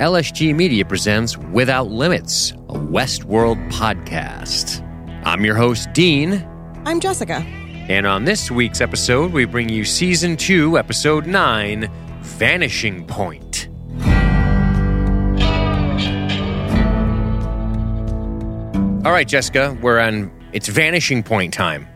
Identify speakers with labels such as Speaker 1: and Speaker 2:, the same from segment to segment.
Speaker 1: LSG Media presents Without Limits, a Westworld podcast. I'm your host, Dean,
Speaker 2: I'm Jessica.
Speaker 1: and on this week's episode, we bring you Season 2, Episode 9 Vanishing Point. All right, Jessica, we're on it's vanishing point time.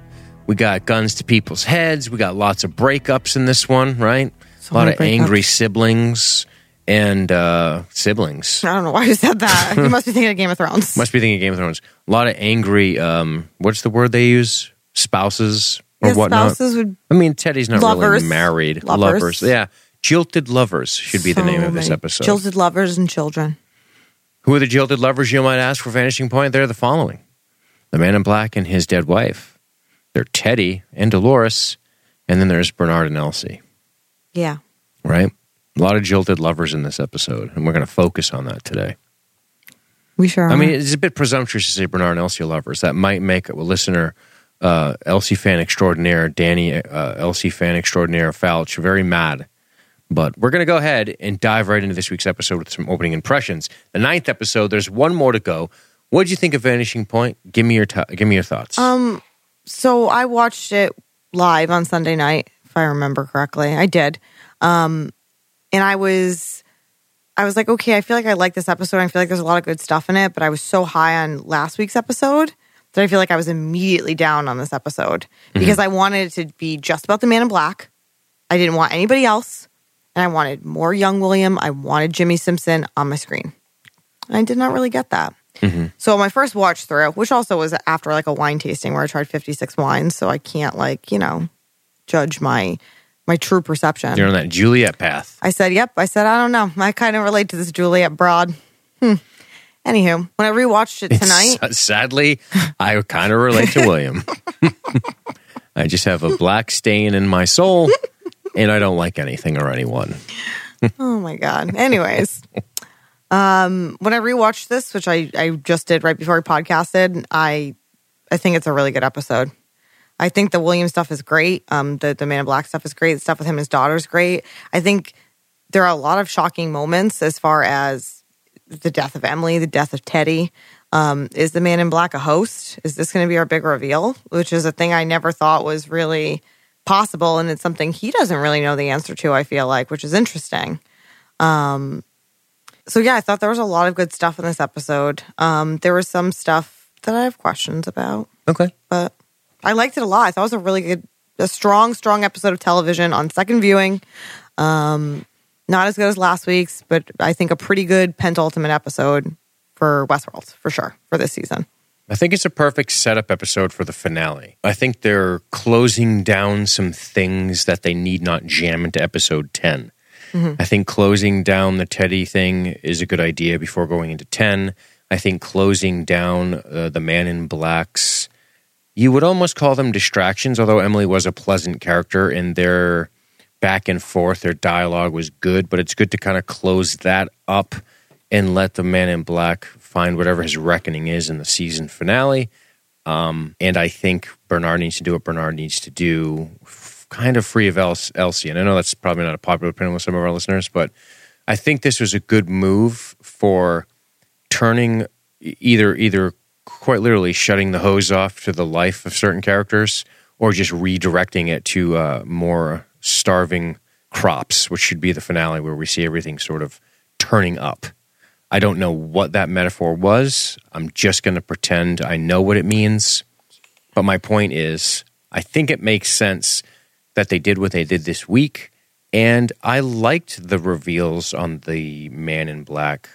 Speaker 1: We got guns to people's heads. We got lots of breakups in this one, right?
Speaker 2: So
Speaker 1: a lot
Speaker 2: many
Speaker 1: of angry
Speaker 2: breakups.
Speaker 1: siblings and uh, siblings.
Speaker 2: I don't know why you said that. you must be thinking of Game of Thrones.
Speaker 1: Must be thinking of Game of Thrones. A lot of angry. Um, what's the word they use? Spouses or
Speaker 2: Yeah,
Speaker 1: whatnot.
Speaker 2: spouses would
Speaker 1: I mean, Teddy's not
Speaker 2: Lovers.
Speaker 1: really married.
Speaker 2: Lovers.
Speaker 1: Yeah, jilted lovers should be the
Speaker 2: so
Speaker 1: name of this
Speaker 2: many
Speaker 1: episode.
Speaker 2: Jilted lovers and children.
Speaker 1: Who are the jilted lovers? You might ask for Vanishing Point. They're the following: the Man in Black and his dead wife. They're Teddy and Dolores, and then there's Bernard and Elsie.
Speaker 2: Yeah.
Speaker 1: Right. A lot of jilted lovers in this episode, and we're going to focus on that today.
Speaker 2: We sure.
Speaker 1: I
Speaker 2: are.
Speaker 1: mean, it's a bit presumptuous to say Bernard and Elsie are lovers. That might make a listener, uh, Elsie fan extraordinaire, Danny, uh, Elsie fan extraordinaire, Falch, very mad. But we're going to go ahead and dive right into this week's episode with some opening impressions. The ninth episode, there's one more to go. What did you think of Vanishing Point? Give me your to- give me your thoughts.
Speaker 2: um. So I watched it live on Sunday night, if I remember correctly. I did. Um, and I was, I was like, okay, I feel like I like this episode. I feel like there's a lot of good stuff in it, but I was so high on last week's episode that I feel like I was immediately down on this episode because I wanted it to be just about the Man in Black. I didn't want anybody else, and I wanted more young William. I wanted Jimmy Simpson on my screen. I did not really get that. So my first watch through, which also was after like a wine tasting where I tried 56 wines, so I can't like, you know, judge my my true perception.
Speaker 1: You're on that Juliet path.
Speaker 2: I said, "Yep." I said, "I don't know. I kind of relate to this Juliet broad." Hmm. Anywho, when I rewatched it tonight,
Speaker 1: S- Sadly, I kind of relate to William. I just have a black stain in my soul, and I don't like anything or anyone.
Speaker 2: oh my god. Anyways, um, when I rewatched this, which I I just did right before I podcasted, I I think it's a really good episode. I think the William stuff is great. Um, the the Man in Black stuff is great. The stuff with him and his daughter is great. I think there are a lot of shocking moments as far as the death of Emily, the death of Teddy. Um, is the Man in Black a host? Is this going to be our big reveal? Which is a thing I never thought was really possible, and it's something he doesn't really know the answer to. I feel like, which is interesting. Um, so yeah, I thought there was a lot of good stuff in this episode. Um, there was some stuff that I have questions about
Speaker 1: Okay.
Speaker 2: but I liked it a lot. I thought it was a really good, a strong, strong episode of television on second viewing. Um, not as good as last week's, but I think a pretty good penultimate episode for Westworld for sure for this season.
Speaker 1: I think it's a perfect setup episode for the finale. I think they're closing down some things that they need not jam into episode 10. I think closing down the Teddy thing is a good idea before going into 10. I think closing down uh, the man in black's, you would almost call them distractions, although Emily was a pleasant character and their back and forth, their dialogue was good, but it's good to kind of close that up and let the man in black find whatever his reckoning is in the season finale. Um, and I think Bernard needs to do what Bernard needs to do, f- kind of free of Els- Elsie. And I know that's probably not a popular opinion with some of our listeners, but I think this was a good move for turning e- either either quite literally shutting the hose off to the life of certain characters, or just redirecting it to uh, more starving crops, which should be the finale where we see everything sort of turning up. I don't know what that metaphor was. I'm just going to pretend I know what it means. But my point is, I think it makes sense that they did what they did this week. And I liked the reveals on the man in black.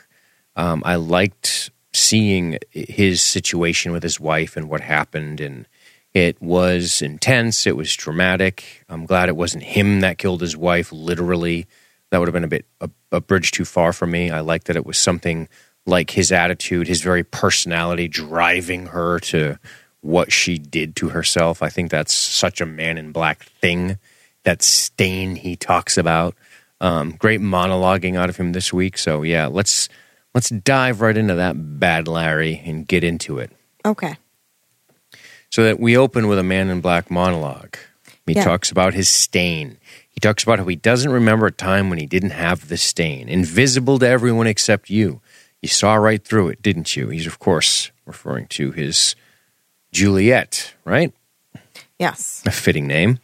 Speaker 1: Um, I liked seeing his situation with his wife and what happened. And it was intense, it was dramatic. I'm glad it wasn't him that killed his wife, literally. That would have been a bit a, a bridge too far for me. I liked that it was something like his attitude, his very personality driving her to what she did to herself. I think that's such a man in black thing. That stain he talks about. Um, great monologuing out of him this week. So yeah, let's let's dive right into that bad Larry and get into it.
Speaker 2: Okay.
Speaker 1: So that we open with a man in black monologue. He
Speaker 2: Yeah.
Speaker 1: talks about his stain. He He talks about how he doesn't remember a time when he didn't have the stain, invisible to everyone except you. You saw right through it, didn't you? He's, of course, referring to his Juliet, right?
Speaker 2: Yes.
Speaker 1: A fitting name.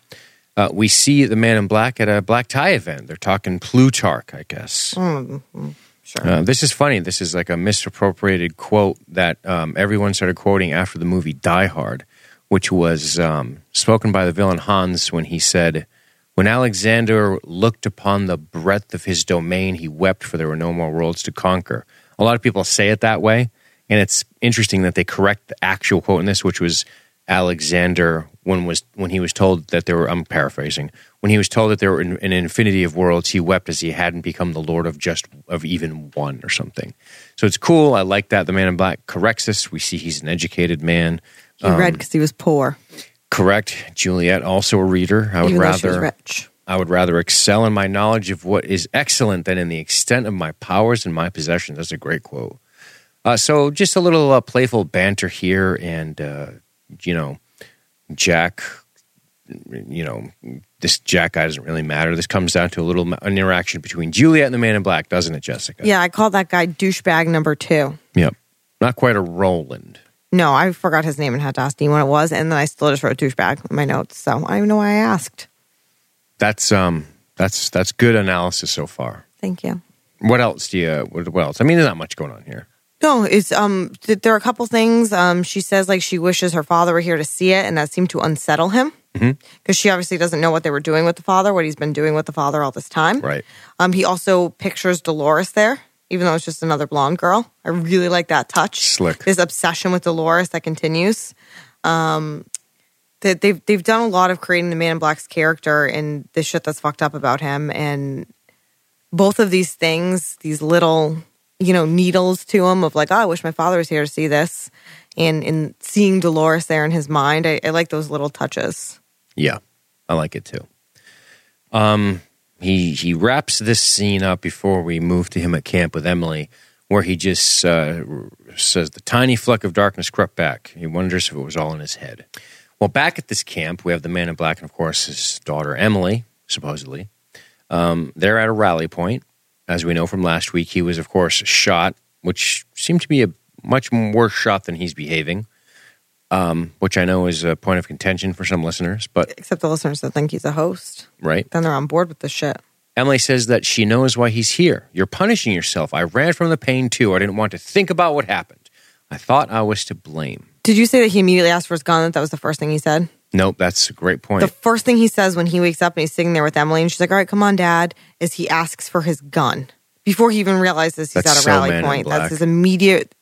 Speaker 1: Uh, we see the man in black at a black tie event. They're talking Plutarch, I guess.
Speaker 2: Mm, mm, sure.
Speaker 1: Uh, this is funny. This is like a misappropriated quote that um, everyone started quoting after the movie Die Hard, which was um, spoken by the villain Hans when he said, When Alexander looked upon the breadth of his domain, he wept for there were no more worlds to conquer. A lot of people say it that way. And it's interesting that they correct the actual quote in this, which was Alexander when was when he was told that there were I'm paraphrasing when he was told that there were an, an infinity of worlds he wept as he hadn't become the lord of just of even one or something so it's cool I like that the man in black corrects us we see he's an educated man
Speaker 2: He
Speaker 1: Um,
Speaker 2: read because he was poor,
Speaker 1: correct Juliet also a reader I would
Speaker 2: even though she was
Speaker 1: rather
Speaker 2: rich.
Speaker 1: I would rather excel in my knowledge of what is excellent than in the extent of my powers and my possessions that's a great quote uh, so just a little uh, playful banter here and uh, you know Jack, you know, this Jack guy doesn't really matter. This comes down to a little ma- an interaction between Juliet and the Man in Black, doesn't it, Jessica?
Speaker 2: Yeah, I called that guy douchebag number two.
Speaker 1: Yep. Not quite a Roland.
Speaker 2: No, I forgot his name and had to ask Dean what it was, and then I still just wrote douchebag in my notes, so I don't even know why I asked.
Speaker 1: That's um, that's that's good analysis so far.
Speaker 2: Thank you.
Speaker 1: What else do you? What, what else? I mean, there's not much going on here.
Speaker 2: No, it's um. Th- there are a couple things. Um, she says like she wishes her father were here to see it, and that seemed to unsettle him because she obviously doesn't know what they were doing with the father, what he's been doing with the father all this time.
Speaker 1: Right.
Speaker 2: Um, he also pictures Dolores there, even though it's just another blonde girl. I really like that touch.
Speaker 1: Slick.
Speaker 2: This obsession with Dolores that continues. Um, that they've they've done a lot of creating the Man in Black's character and the shit that's fucked up about him, and both of these things, these little you know needles to him of like, oh, I wish my father was here to see this, and and seeing Dolores there in his mind, I, I like those little touches.
Speaker 1: Yeah, I like it too. Um, he he wraps this scene up before we move to him at camp with Emily, where he just uh, r- says the tiny fleck of darkness crept back. He wonders if it was all in his head. Well, back at this camp, we have the man in black, and of course his daughter Emily, supposedly. Um, they're at a rally point, as we know from last week. He was, of course, shot, which seemed to be a much worse shot than he's behaving. Um, which I know is a point of contention for some listeners, but
Speaker 2: Except the listeners that think he's a host,
Speaker 1: right?
Speaker 2: then they're on board with the shit.
Speaker 1: Emily says that she knows why he's here. You're punishing yourself. I ran from the pain too. I didn't want to think about what happened. I thought I was to blame.
Speaker 2: Did you say that he immediately asked for his gun? That that was the first thing he said.
Speaker 1: Nope, that's a great point.
Speaker 2: The first thing he says when he wakes up and he's sitting there with Emily and she's like, "All right, come on, Dad," is he asks for his gun before he even realizes he's
Speaker 1: That's
Speaker 2: at a
Speaker 1: so
Speaker 2: rally
Speaker 1: Man in
Speaker 2: point.
Speaker 1: Black.
Speaker 2: That's his immediate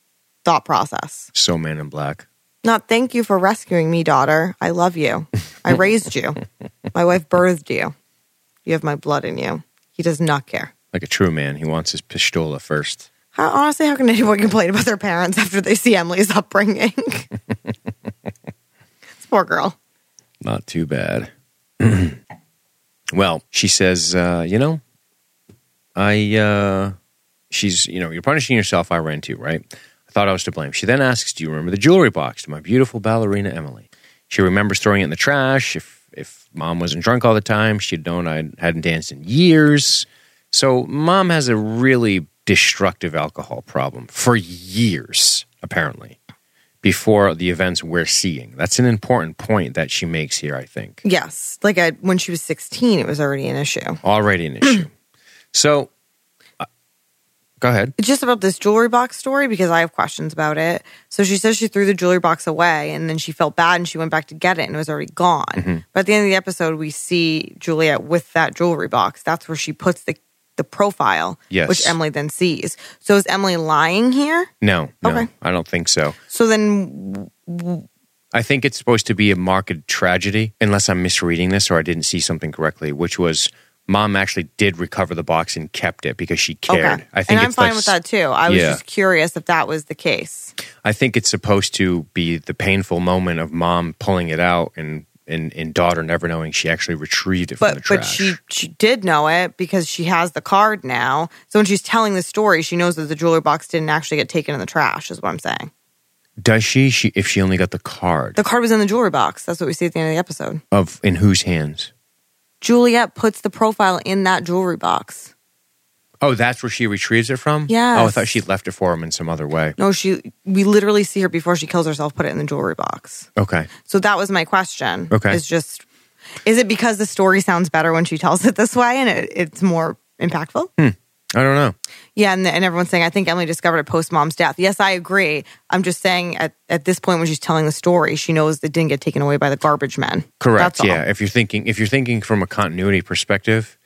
Speaker 2: thought process.
Speaker 1: so man in black.
Speaker 2: Not thank you for rescuing me, daughter. I love you. I raised you. My wife birthed you. You have my blood in you. He does not care.
Speaker 1: Like a true man, he wants his pistola first.
Speaker 2: How, honestly, how can anyone complain about their parents after they see Emily's upbringing? this poor girl.
Speaker 1: Not too bad. well, she says, uh, you know, I, uh, she's, you know, you're punishing yourself. I ran too, right? I thought I was to blame. She then asks, do you remember the jewelry box to my beautiful ballerina, Emily? She remembers throwing it in the trash. If, if mom wasn't drunk all the time, she'd known I hadn't danced in years. So mom has a really destructive alcohol problem for years, apparently, before the events we're seeing. That's an important point that she makes here, I think
Speaker 2: Yes, like I, when she was sixteen, it was already an issue.
Speaker 1: already an issue. so, uh, go ahead.
Speaker 2: just about this jewelry box story because I have questions about it. So she says she threw the jewelry box away and then she felt bad and she went back to get it and it was already gone.
Speaker 1: Mm-hmm.
Speaker 2: But at the end of the episode, we see Juliet with that jewelry box. That's where she puts the the profile,
Speaker 1: Yes.
Speaker 2: which Emily then sees. So is Emily lying here?
Speaker 1: No, no,
Speaker 2: Okay.
Speaker 1: I don't think so.
Speaker 2: So then,
Speaker 1: I think it's supposed to be a marked tragedy, unless I'm misreading this or I didn't see something correctly, which was mom actually did recover the box and kept it because she cared.
Speaker 2: okay.
Speaker 1: I think
Speaker 2: and I'm
Speaker 1: it's
Speaker 2: fine
Speaker 1: like-
Speaker 2: with that too. I was
Speaker 1: Yeah.
Speaker 2: just curious if that was the case.
Speaker 1: I think it's supposed to be the painful moment of mom pulling it out and and, and daughter never knowing she actually retrieved it from the
Speaker 2: but
Speaker 1: trash.
Speaker 2: but she she did know it because she has the card now. So when she's telling the story, she knows that the jewelry box didn't actually get taken in the trash. Is what I'm saying.
Speaker 1: Does she? She if she only got the card
Speaker 2: The card was in the jewelry box. That's what we see at the end of the episode.
Speaker 1: of in whose hands?
Speaker 2: Juliet puts the profile in that jewelry box.
Speaker 1: Oh, that's where she retrieves it from?
Speaker 2: Yes.
Speaker 1: Oh, I thought she left it for him in some other way.
Speaker 2: No, she. We literally see her before she kills herself. Put it in the jewelry box.
Speaker 1: Okay.
Speaker 2: So that was my question.
Speaker 1: Okay.
Speaker 2: is just is it because the story sounds better when she tells it this way and it, it's more impactful?
Speaker 1: Hmm. I don't know.
Speaker 2: Yeah, and, and everyone's saying I think Emily discovered it post mom's death. Yes, I agree. I'm just saying at at this point when she's telling the story, she knows it didn't get taken away by the garbage men.
Speaker 1: Correct.
Speaker 2: That's all.
Speaker 1: yeah. If you're thinking if you're thinking from a continuity perspective,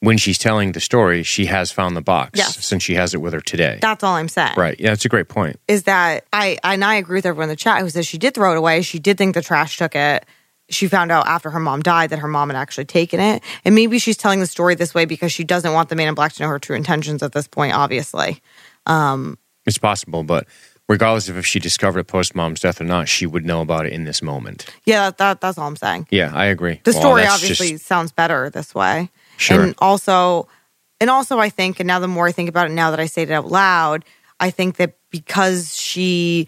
Speaker 1: when she's telling the story, she has found the box
Speaker 2: Yes.
Speaker 1: since she has it with her today.
Speaker 2: That's all I'm saying.
Speaker 1: right. Yeah, that's a great point.
Speaker 2: is that I and I agree with everyone in the chat who says she did throw it away. She did think the trash took it. She found out after her mom died that her mom had actually taken it. And maybe she's telling the story this way because she doesn't want the man in black to know her true intentions at this point, obviously.
Speaker 1: It's possible, but regardless of if she discovered it post mom's death or not, she would know about it in this moment.
Speaker 2: Yeah, that, that that's all I'm saying.
Speaker 1: Yeah, I agree.
Speaker 2: The
Speaker 1: Well,
Speaker 2: story
Speaker 1: that's
Speaker 2: obviously
Speaker 1: just-
Speaker 2: sounds better this way.
Speaker 1: Sure.
Speaker 2: And also and also I think and now the more I think about it now that I say it out loud, I think that because she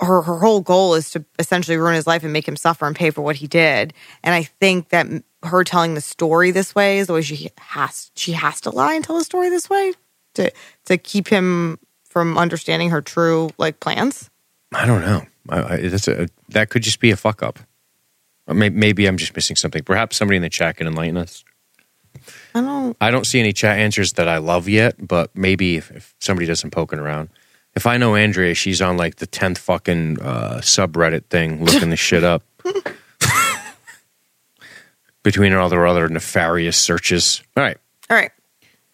Speaker 2: her her whole goal is to essentially ruin his life and make him suffer and pay for what he did. And I think that m- her telling the story this way is the way she has she has to lie and tell the story this way to to keep him from understanding her true like plans.
Speaker 1: I don't know. I, I, that's a, that could just be a fuck up. Or may, maybe I'm just missing something. Perhaps somebody in the chat can enlighten us.
Speaker 2: I don't
Speaker 1: I don't see any chat answers that I love yet, but maybe if, if somebody does some poking around. If I know Andrea, she's on like the 10th fucking uh, subreddit thing looking this shit up. Between all their other nefarious searches. All right.
Speaker 2: all right.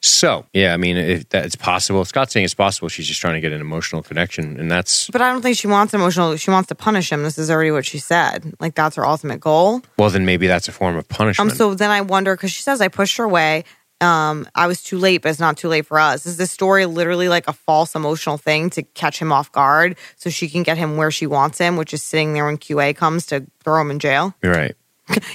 Speaker 1: So, yeah, I mean, if that, it's possible. Scott's saying it's possible. She's just trying to get an emotional connection. And that's,
Speaker 2: But I don't think she wants emotional. She wants to punish him. This is already what she said. Like that's her ultimate goal.
Speaker 1: well, then maybe that's a form of
Speaker 2: Um.
Speaker 1: punishment.
Speaker 2: So then I wonder because she says I pushed her away. Um. I was too late, but it's not too late for us. Is this story literally like a false emotional thing to catch him off guard so she can get him where she wants him, which is sitting there when QA comes to throw him in jail?
Speaker 1: You're right.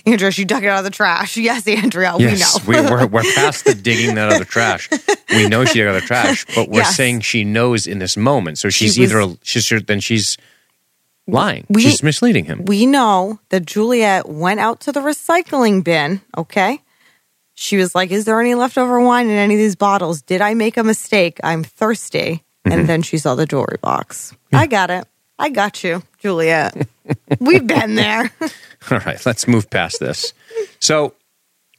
Speaker 2: Andrea, she dug it out of the trash. Yes, Andrea,
Speaker 1: Yes,
Speaker 2: we
Speaker 1: we
Speaker 2: know.
Speaker 1: are we're past the digging that other trash. We know she got the trash, but we're
Speaker 2: Yes.
Speaker 1: saying she knows in this moment. So she's
Speaker 2: She was-
Speaker 1: either she's then she's lying.
Speaker 2: We-
Speaker 1: she's misleading him.
Speaker 2: we know that Juliet went out to the recycling bin, okay? She was like, Is there any leftover wine in any of these bottles? Did I make a mistake? I'm thirsty. And then she saw the jewelry box. I got it. I got you, Juliet. We've been there.
Speaker 1: All right, let's move past this. So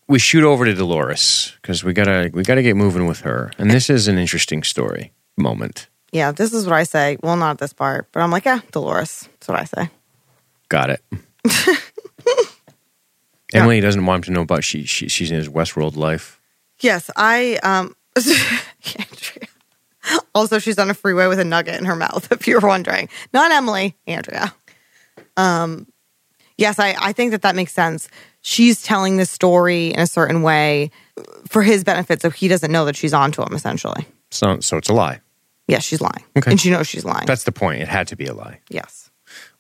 Speaker 1: we shoot over to Dolores because we gotta we gotta get moving with her. And this is an interesting story moment.
Speaker 2: yeah, this is what I say. Well, not this part, but I'm like, Yeah, Dolores. That's what I say.
Speaker 1: Got it. Emily doesn't want him to know about she, she she's in his Westworld life.
Speaker 2: Yes, I. um Andrea. Also, she's on a freeway with a nugget in her mouth. If you're wondering, not Emily, Andrea. Um, yes, I, I think that that makes sense. She's telling the story in a certain way for his benefit, so he doesn't know that she's onto him. Essentially,
Speaker 1: So so it's a lie.
Speaker 2: yes, she's lying,
Speaker 1: Okay.
Speaker 2: and she knows she's lying.
Speaker 1: That's the point. It had to be a lie
Speaker 2: yes,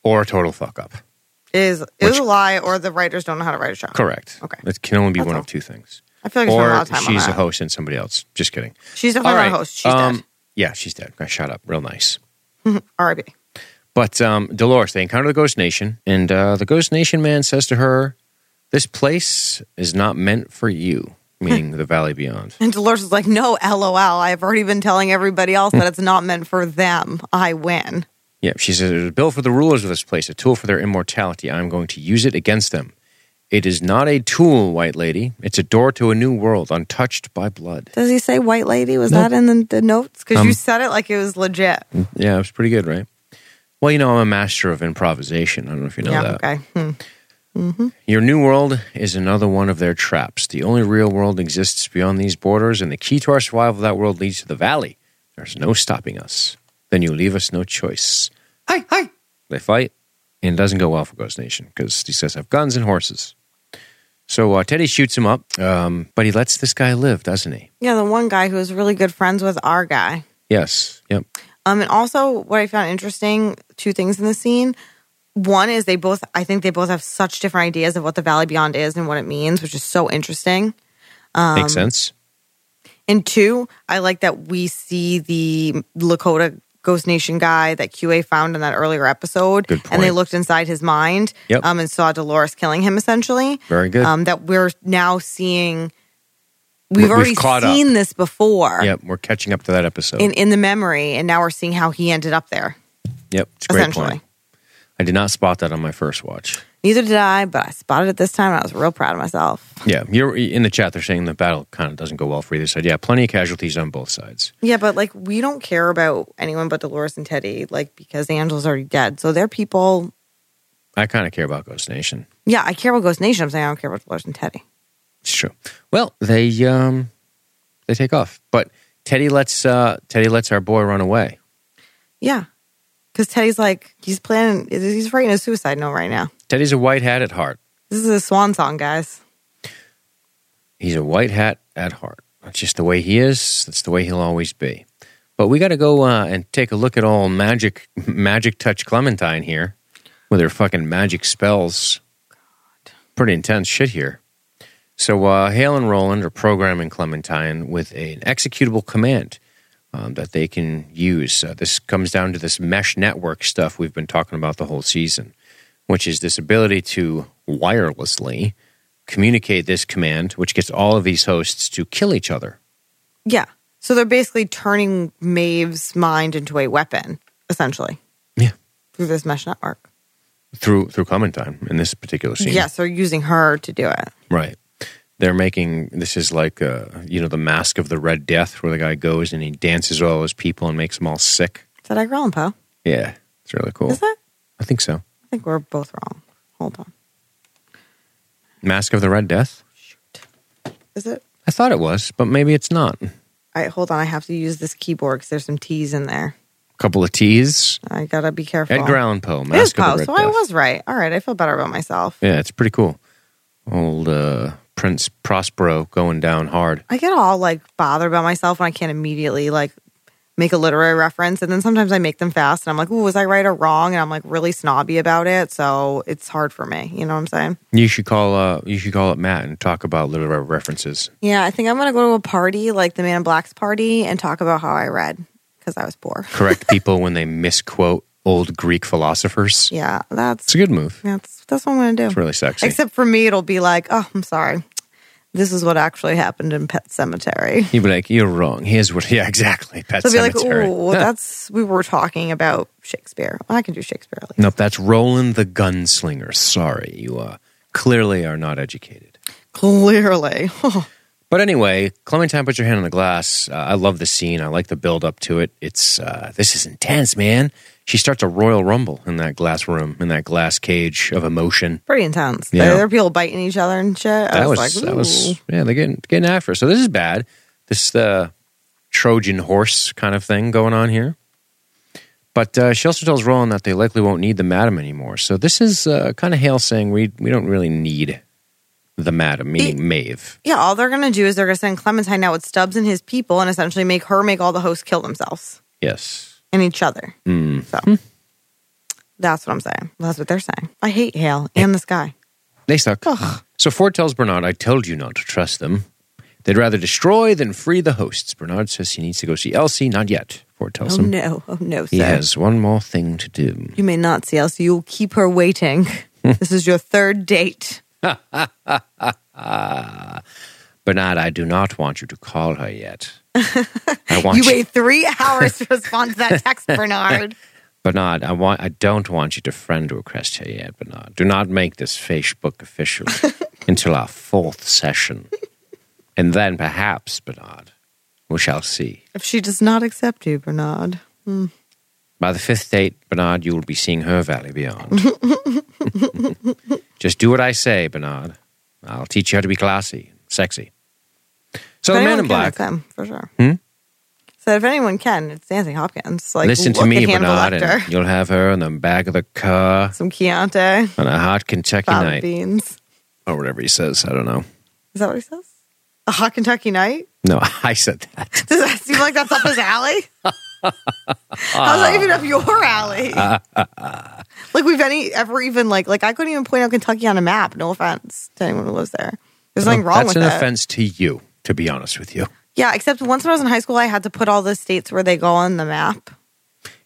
Speaker 1: or a total fuck up.
Speaker 2: it is it
Speaker 1: Which-
Speaker 2: is a lie, or the writers don't know how to write a show.
Speaker 1: Correct.
Speaker 2: Okay.
Speaker 1: It can only be
Speaker 2: That's
Speaker 1: one
Speaker 2: all.
Speaker 1: of two things.
Speaker 2: I feel like I spent a lot
Speaker 1: Or
Speaker 2: of time on
Speaker 1: she's a
Speaker 2: that.
Speaker 1: host and somebody else. Just kidding.
Speaker 2: She's
Speaker 1: All
Speaker 2: definitely
Speaker 1: right.
Speaker 2: not a host. She's
Speaker 1: um,
Speaker 2: dead.
Speaker 1: Yeah, she's dead. I shot up. Real nice.
Speaker 2: R.I.P.
Speaker 1: But um, Dolores, they encounter the Ghost Nation, and uh, the Ghost Nation man says to her, This place is not meant for you, meaning the Valley Beyond.
Speaker 2: And Dolores is like, no, lol. I've already been telling everybody else that it's not meant for them. I win.
Speaker 1: Yeah, she says, It is built for the rulers of this place, a tool for their immortality. I am going to use it against them. It is not a tool, white lady. It's a door to a new world, untouched by blood.
Speaker 2: Does he say white lady? Was
Speaker 1: No.
Speaker 2: that in the, the notes? Because
Speaker 1: Um,
Speaker 2: you said it like it was legit.
Speaker 1: Yeah, it was pretty good, right? Well, you know, I'm a master of improvisation. I don't know if you know
Speaker 2: yeah,
Speaker 1: that.
Speaker 2: okay. Hmm.
Speaker 1: Your new world is another one of their traps. The only real world exists beyond these borders, and the key to our survival of that world leads to the valley. There's no stopping us. Then you leave us no choice. Hi, hi. They fight, and it doesn't go well for Ghost Nation because these guys have guns and horses. So uh, Teddy shoots him up, um, but he lets this guy live, doesn't he?
Speaker 2: Yeah, the one guy who was really good friends with our guy.
Speaker 1: Yes. Yep.
Speaker 2: Um, and also what I found interesting, two things in the scene. One is they both, I think they both have such different ideas of what the Valley Beyond is and what it means, which is so interesting. Um,
Speaker 1: Makes sense.
Speaker 2: And two, I like that we see the Lakota Ghost Nation guy that QA found in that earlier episode.
Speaker 1: Good
Speaker 2: And they
Speaker 1: point.
Speaker 2: looked inside his mind
Speaker 1: Yep.
Speaker 2: um, and saw Dolores killing him essentially.
Speaker 1: Very good.
Speaker 2: Um, that we're now seeing.
Speaker 1: We-
Speaker 2: We've,
Speaker 1: we've
Speaker 2: already
Speaker 1: caught up.
Speaker 2: seen this before
Speaker 1: yep, we're catching up to that episode.
Speaker 2: in, in the memory, and now we're seeing how he ended up there,
Speaker 1: yep, it's a great
Speaker 2: essentially.
Speaker 1: point. I did not spot that on my first watch.
Speaker 2: Neither did I, but I spotted it this time. And I was real proud of myself.
Speaker 1: Yeah, you're in the chat. They're saying the battle kind of doesn't go well for either side. Yeah, plenty of casualties on both sides.
Speaker 2: Yeah, but like we don't care about anyone but Dolores and Teddy, like because Angel's already dead. So they're people.
Speaker 1: I kind of care about Ghost Nation.
Speaker 2: Yeah, I care about Ghost Nation. I'm saying I don't care about Dolores and Teddy.
Speaker 1: It's true. Well, they um they take off, but Teddy lets uh Teddy lets our boy run away.
Speaker 2: Yeah, because Teddy's like he's planning. He's writing a suicide note right now.
Speaker 1: Teddy's a white hat at heart.
Speaker 2: This is a swan song, guys.
Speaker 1: He's a white hat at heart. That's just the way he is. That's the way he'll always be. But we got to go uh, and take a look at all magic magic touch Clementine here with her fucking magic spells. Pretty intense shit here. So uh, Hale and Roland are programming Clementine with an executable command um, that they can use. Uh, this comes down to this mesh network stuff we've been talking about the whole season, which is this ability to wirelessly communicate this command, which gets all of these hosts to kill each other.
Speaker 2: Yeah, so they're basically turning Maeve's mind into a weapon, essentially.
Speaker 1: Yeah.
Speaker 2: through this mesh network.
Speaker 1: Through through Clementine in this particular scene.
Speaker 2: Yes, they're using her to do it.
Speaker 1: Right. They're making this is like uh, you know the mask of the Red Death, where the guy goes and he dances with all his people and makes them all sick.
Speaker 2: Is that Edgar Allan Poe?
Speaker 1: Yeah, it's really cool.
Speaker 2: Is that?
Speaker 1: I think so.
Speaker 2: I think we're both wrong. Hold on.
Speaker 1: Mask of the Red Death.
Speaker 2: Is it?
Speaker 1: I thought it was, but maybe it's not. A
Speaker 2: I hold on. I have to use this keyboard because there's some T's in there.
Speaker 1: couple of T's.
Speaker 2: I gotta be careful.
Speaker 1: Edgar Allan Poe.
Speaker 2: It
Speaker 1: Mask
Speaker 2: is Poe,
Speaker 1: of the Red
Speaker 2: so
Speaker 1: Death.
Speaker 2: I was right. All right, I feel better about myself.
Speaker 1: Yeah, it's pretty cool. Old uh, Prince Prospero going down hard.
Speaker 2: I get all like bothered by myself when I can't immediately like make a literary reference, and then sometimes I make them fast, and I'm like, "Ooh, was I right or wrong?" And I'm like really snobby about it, so it's hard for me. You know what I'm saying?
Speaker 1: You should call. Uh, you should call up Matt and talk about literary references.
Speaker 2: Yeah, I think I'm gonna go to a party like the Man in Black's party and talk about how I read because I was poor.
Speaker 1: Correct people when they misquote old Greek philosophers.
Speaker 2: Yeah, that's
Speaker 1: It's a good move.
Speaker 2: that's that's what I'm gonna do.
Speaker 1: It's really sexy.
Speaker 2: Except for me, it'll be like, oh, I'm sorry. This is what actually happened in Pet Cemetery.
Speaker 1: You'd be like, "You're wrong." Here's what. Yeah, exactly. Pet
Speaker 2: They'll be like,
Speaker 1: cemetery.
Speaker 2: oh,
Speaker 1: Yeah.
Speaker 2: that's, we were talking about Shakespeare. Well, I can do Shakespeare at least.
Speaker 1: nope. That's Roland the Gunslinger. Sorry, you uh, clearly are not educated.
Speaker 2: Clearly.
Speaker 1: But anyway, Clementine, put your hand on the glass. Uh, I love the scene. I like the build up to it. It's uh, this is intense, man. She starts a royal rumble in that glass room, in that glass cage of emotion.
Speaker 2: Pretty intense.
Speaker 1: Yeah.
Speaker 2: There, there are people biting each other and shit. I
Speaker 1: that was,
Speaker 2: was, like,
Speaker 1: that
Speaker 2: ooh.
Speaker 1: was yeah they're getting getting after. her. So this is bad. This is the Trojan horse kind of thing going on here. But uh, she also tells Roland that they likely won't need the madam anymore. So this is uh, kind of Hale saying we we don't really need the madam, meaning Maeve.
Speaker 2: Yeah, all they're going to do is they're going to send Clementine out with Stubbs and his people and essentially make her make all the hosts kill themselves
Speaker 1: Yes.
Speaker 2: and each other.
Speaker 1: Mm.
Speaker 2: So that's what I'm saying. That's what they're saying. I hate Hale and this guy.
Speaker 1: They suck. So Ford tells Bernard, I told you not to trust them. They'd rather destroy than free the hosts. Bernard says he needs to go see Elsie. Not yet, Ford tells
Speaker 2: Oh,
Speaker 1: him.
Speaker 2: no. Oh, no, sir.
Speaker 1: He has one more thing to do.
Speaker 2: You may not see Elsie. You'll keep her waiting.
Speaker 1: Hmm.
Speaker 2: this is your third date.
Speaker 1: Bernard, I do not want you to call her yet. I want
Speaker 2: You
Speaker 1: you,
Speaker 2: wait three hours to respond to that text, Bernard.
Speaker 1: Bernard, I want I don't want you to friend request her yet, Bernard. Do not make this Facebook official until our fourth session. And then perhaps, Bernard, we shall see.
Speaker 2: If she does not accept you, Bernard.
Speaker 1: By the fifth date, Bernard, you will be seeing her valley beyond. Just do what I say, Bernard. I'll teach you how to be classy, sexy. So the
Speaker 2: If
Speaker 1: man
Speaker 2: anyone
Speaker 1: in
Speaker 2: can,
Speaker 1: black.
Speaker 2: it's him, for sure.
Speaker 1: Hmm?
Speaker 2: So if anyone can, it's Anthony Hopkins. Like,
Speaker 1: Listen to
Speaker 2: look
Speaker 1: me,
Speaker 2: at Hannibal
Speaker 1: Bernard,
Speaker 2: Lecter.
Speaker 1: and you'll have her in the back of the car
Speaker 2: Some Keontae,
Speaker 1: on a hot Kentucky
Speaker 2: Bob
Speaker 1: night.
Speaker 2: Beans.
Speaker 1: Or whatever he says. I don't know.
Speaker 2: Is that what he says? A hot Kentucky night?
Speaker 1: No, I said that.
Speaker 2: Does that seem like that's up his alley? How's that even up your alley? like we've any ever even like like I couldn't even point out Kentucky on a map. No offense to anyone who lives there. There's nothing
Speaker 1: Oh,
Speaker 2: wrong
Speaker 1: That's
Speaker 2: with
Speaker 1: an
Speaker 2: it.
Speaker 1: offense to you, to be honest with you.
Speaker 2: Yeah, except once when I was in high school, I had to put all the states where they go on the map.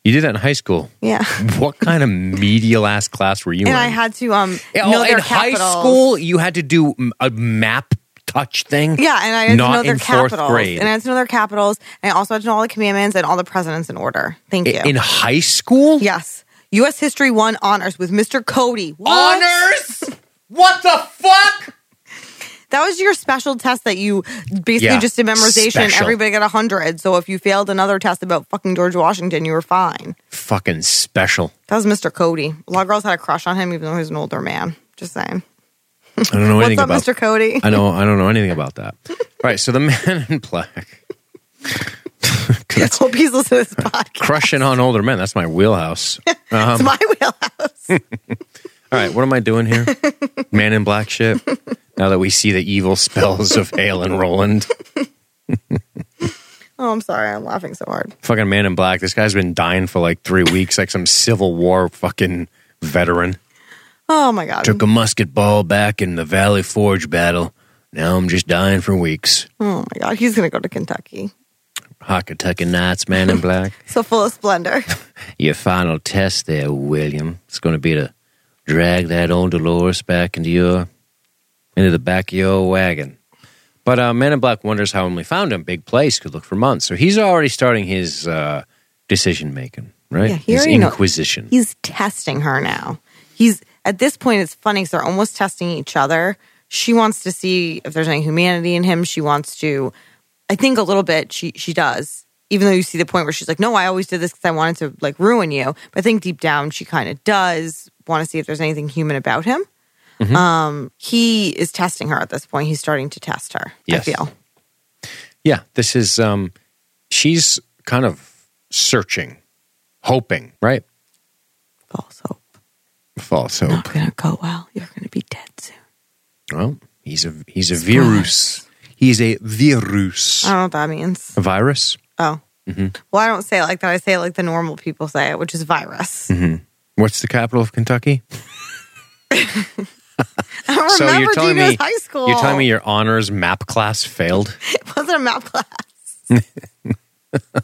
Speaker 1: You did that in high school.
Speaker 2: Yeah.
Speaker 1: What kind of media last class were you in?
Speaker 2: And I had to um
Speaker 1: Yeah,
Speaker 2: know
Speaker 1: oh,
Speaker 2: their
Speaker 1: in high
Speaker 2: capitals.
Speaker 1: school, you had to do m- a map touch thing.
Speaker 2: Yeah, and I had
Speaker 1: Not
Speaker 2: to know their
Speaker 1: in fourth
Speaker 2: capitals.
Speaker 1: grade.
Speaker 2: And I had to know their capitals. And I also had to know all the commandments and all the presidents in order. Thank you.
Speaker 1: I- in high school.
Speaker 2: yes. US History 1 honors with Mr. Cody. What?
Speaker 1: honors. What the fuck?
Speaker 2: That was your special test that you basically
Speaker 1: Yeah,
Speaker 2: just did memorization and
Speaker 1: special.
Speaker 2: everybody got 100. So if you failed another test about fucking George Washington, you were fine.
Speaker 1: Fucking special.
Speaker 2: That was Mr. Cody. A lot of girls had a crush on him even though he was an older man. Just saying.
Speaker 1: I don't know
Speaker 2: What's
Speaker 1: anything
Speaker 2: up,
Speaker 1: about.
Speaker 2: Mr. Cody?
Speaker 1: I know. I don't know anything about that. All right. So the man in black
Speaker 2: I hope he's listening to this podcast.
Speaker 1: crushing on older men. That's my wheelhouse. Uh-huh.
Speaker 2: it's my wheelhouse.
Speaker 1: All right, what am I doing here? Man in black shit. Now that we see the evil spells of Hale and Roland,
Speaker 2: Oh, I'm sorry. I'm laughing so hard.
Speaker 1: fucking Man in Black. This guy's been dying for like three weeks, like some Civil War fucking veteran.
Speaker 2: Oh my god.
Speaker 1: Took a musket ball back in the Valley Forge battle. Now I'm just dying for weeks.
Speaker 2: Oh my god. He's gonna go to Kentucky.
Speaker 1: Hot Kentucky Knights, Man in Black.
Speaker 2: So full of splendor.
Speaker 1: Your final test there, William. It's going to be to drag that old Dolores back into your into the back of your wagon. But uh, Man in Black wonders how Emily found him. Big place could look for months, so he's already starting his uh, decision making, right?
Speaker 2: Yeah, he
Speaker 1: his
Speaker 2: already know-
Speaker 1: inquisition.
Speaker 2: He's testing her now. He's at this point. It's funny because they're almost testing each other. She wants to see if there's any humanity in him. She wants to. I think a little bit. She she does. Even though you see the point where she's like, "No, I always did this because I wanted to like ruin you," but I think deep down she kind of does want to see if there's anything human about him. Um, he is testing her at this point. He's starting to test her.
Speaker 1: Yes.
Speaker 2: I feel.
Speaker 1: yeah, this is. Um, she's kind of searching, hoping, right?
Speaker 2: False hope.
Speaker 1: False
Speaker 2: Not
Speaker 1: hope.
Speaker 2: gonna go well. You're gonna be dead soon.
Speaker 1: Well, he's a he's a virus. He's a virus.
Speaker 2: I don't know what that means.
Speaker 1: a virus.
Speaker 2: Oh.
Speaker 1: Mm-hmm.
Speaker 2: Well, I don't say it like that. I say it like the normal people say it, which is virus.
Speaker 1: Hmm. What's the capital of Kentucky?
Speaker 2: I don't
Speaker 1: So
Speaker 2: remember
Speaker 1: you're telling
Speaker 2: Gino's
Speaker 1: me
Speaker 2: high school.
Speaker 1: You're telling me your honors map class failed?
Speaker 2: it wasn't a math class.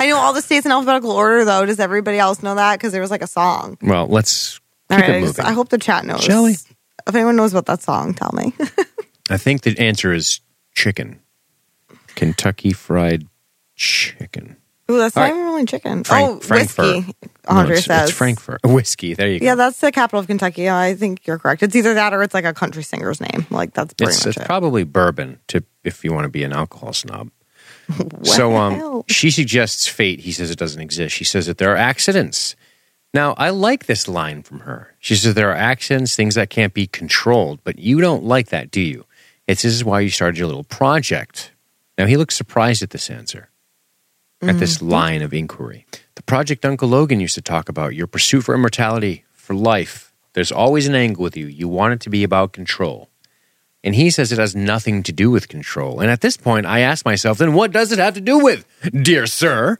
Speaker 2: I know all the states in alphabetical order, though. Does everybody else know that? Because there was like a song.
Speaker 1: Well, let's
Speaker 2: All
Speaker 1: keep
Speaker 2: right, I,
Speaker 1: it
Speaker 2: just-
Speaker 1: moving.
Speaker 2: I
Speaker 1: I,
Speaker 2: hope the chat knows.
Speaker 1: Shall we?
Speaker 2: If anyone knows about that song, tell me.
Speaker 1: think the answer is chicken. Kentucky Fried Chicken.
Speaker 2: Ooh, that's
Speaker 1: All
Speaker 2: not
Speaker 1: right.
Speaker 2: even really chicken.
Speaker 1: Frank-
Speaker 2: oh, whiskey.
Speaker 1: Frankfurt.
Speaker 2: Andre
Speaker 1: it's,
Speaker 2: says
Speaker 1: it's Frankfurt uh, whiskey. There you go.
Speaker 2: Yeah, that's the capital of Kentucky. I think you're correct. It's either that or it's like a country singer's name. Like that's pretty
Speaker 1: it's
Speaker 2: much
Speaker 1: it's
Speaker 2: it.
Speaker 1: probably bourbon to if you want to be an alcohol snob.
Speaker 2: What
Speaker 1: so
Speaker 2: the
Speaker 1: um,
Speaker 2: hell?
Speaker 1: she suggests fate. He says it doesn't exist. She says that there are accidents. Now I like this line from her. She says there are accidents, things that can't be controlled. But you don't like that, do you? It's this is why you started your little project. Now he looks surprised at this answer, at this
Speaker 2: Mm-hmm.
Speaker 1: line of inquiry. The project Uncle Logan used to talk about your pursuit for immortality, for life. There's always an angle with you. You want it to be about control. And he says it has nothing to do with control. And at this point, I ask myself, then what does it have to do with, dear sir?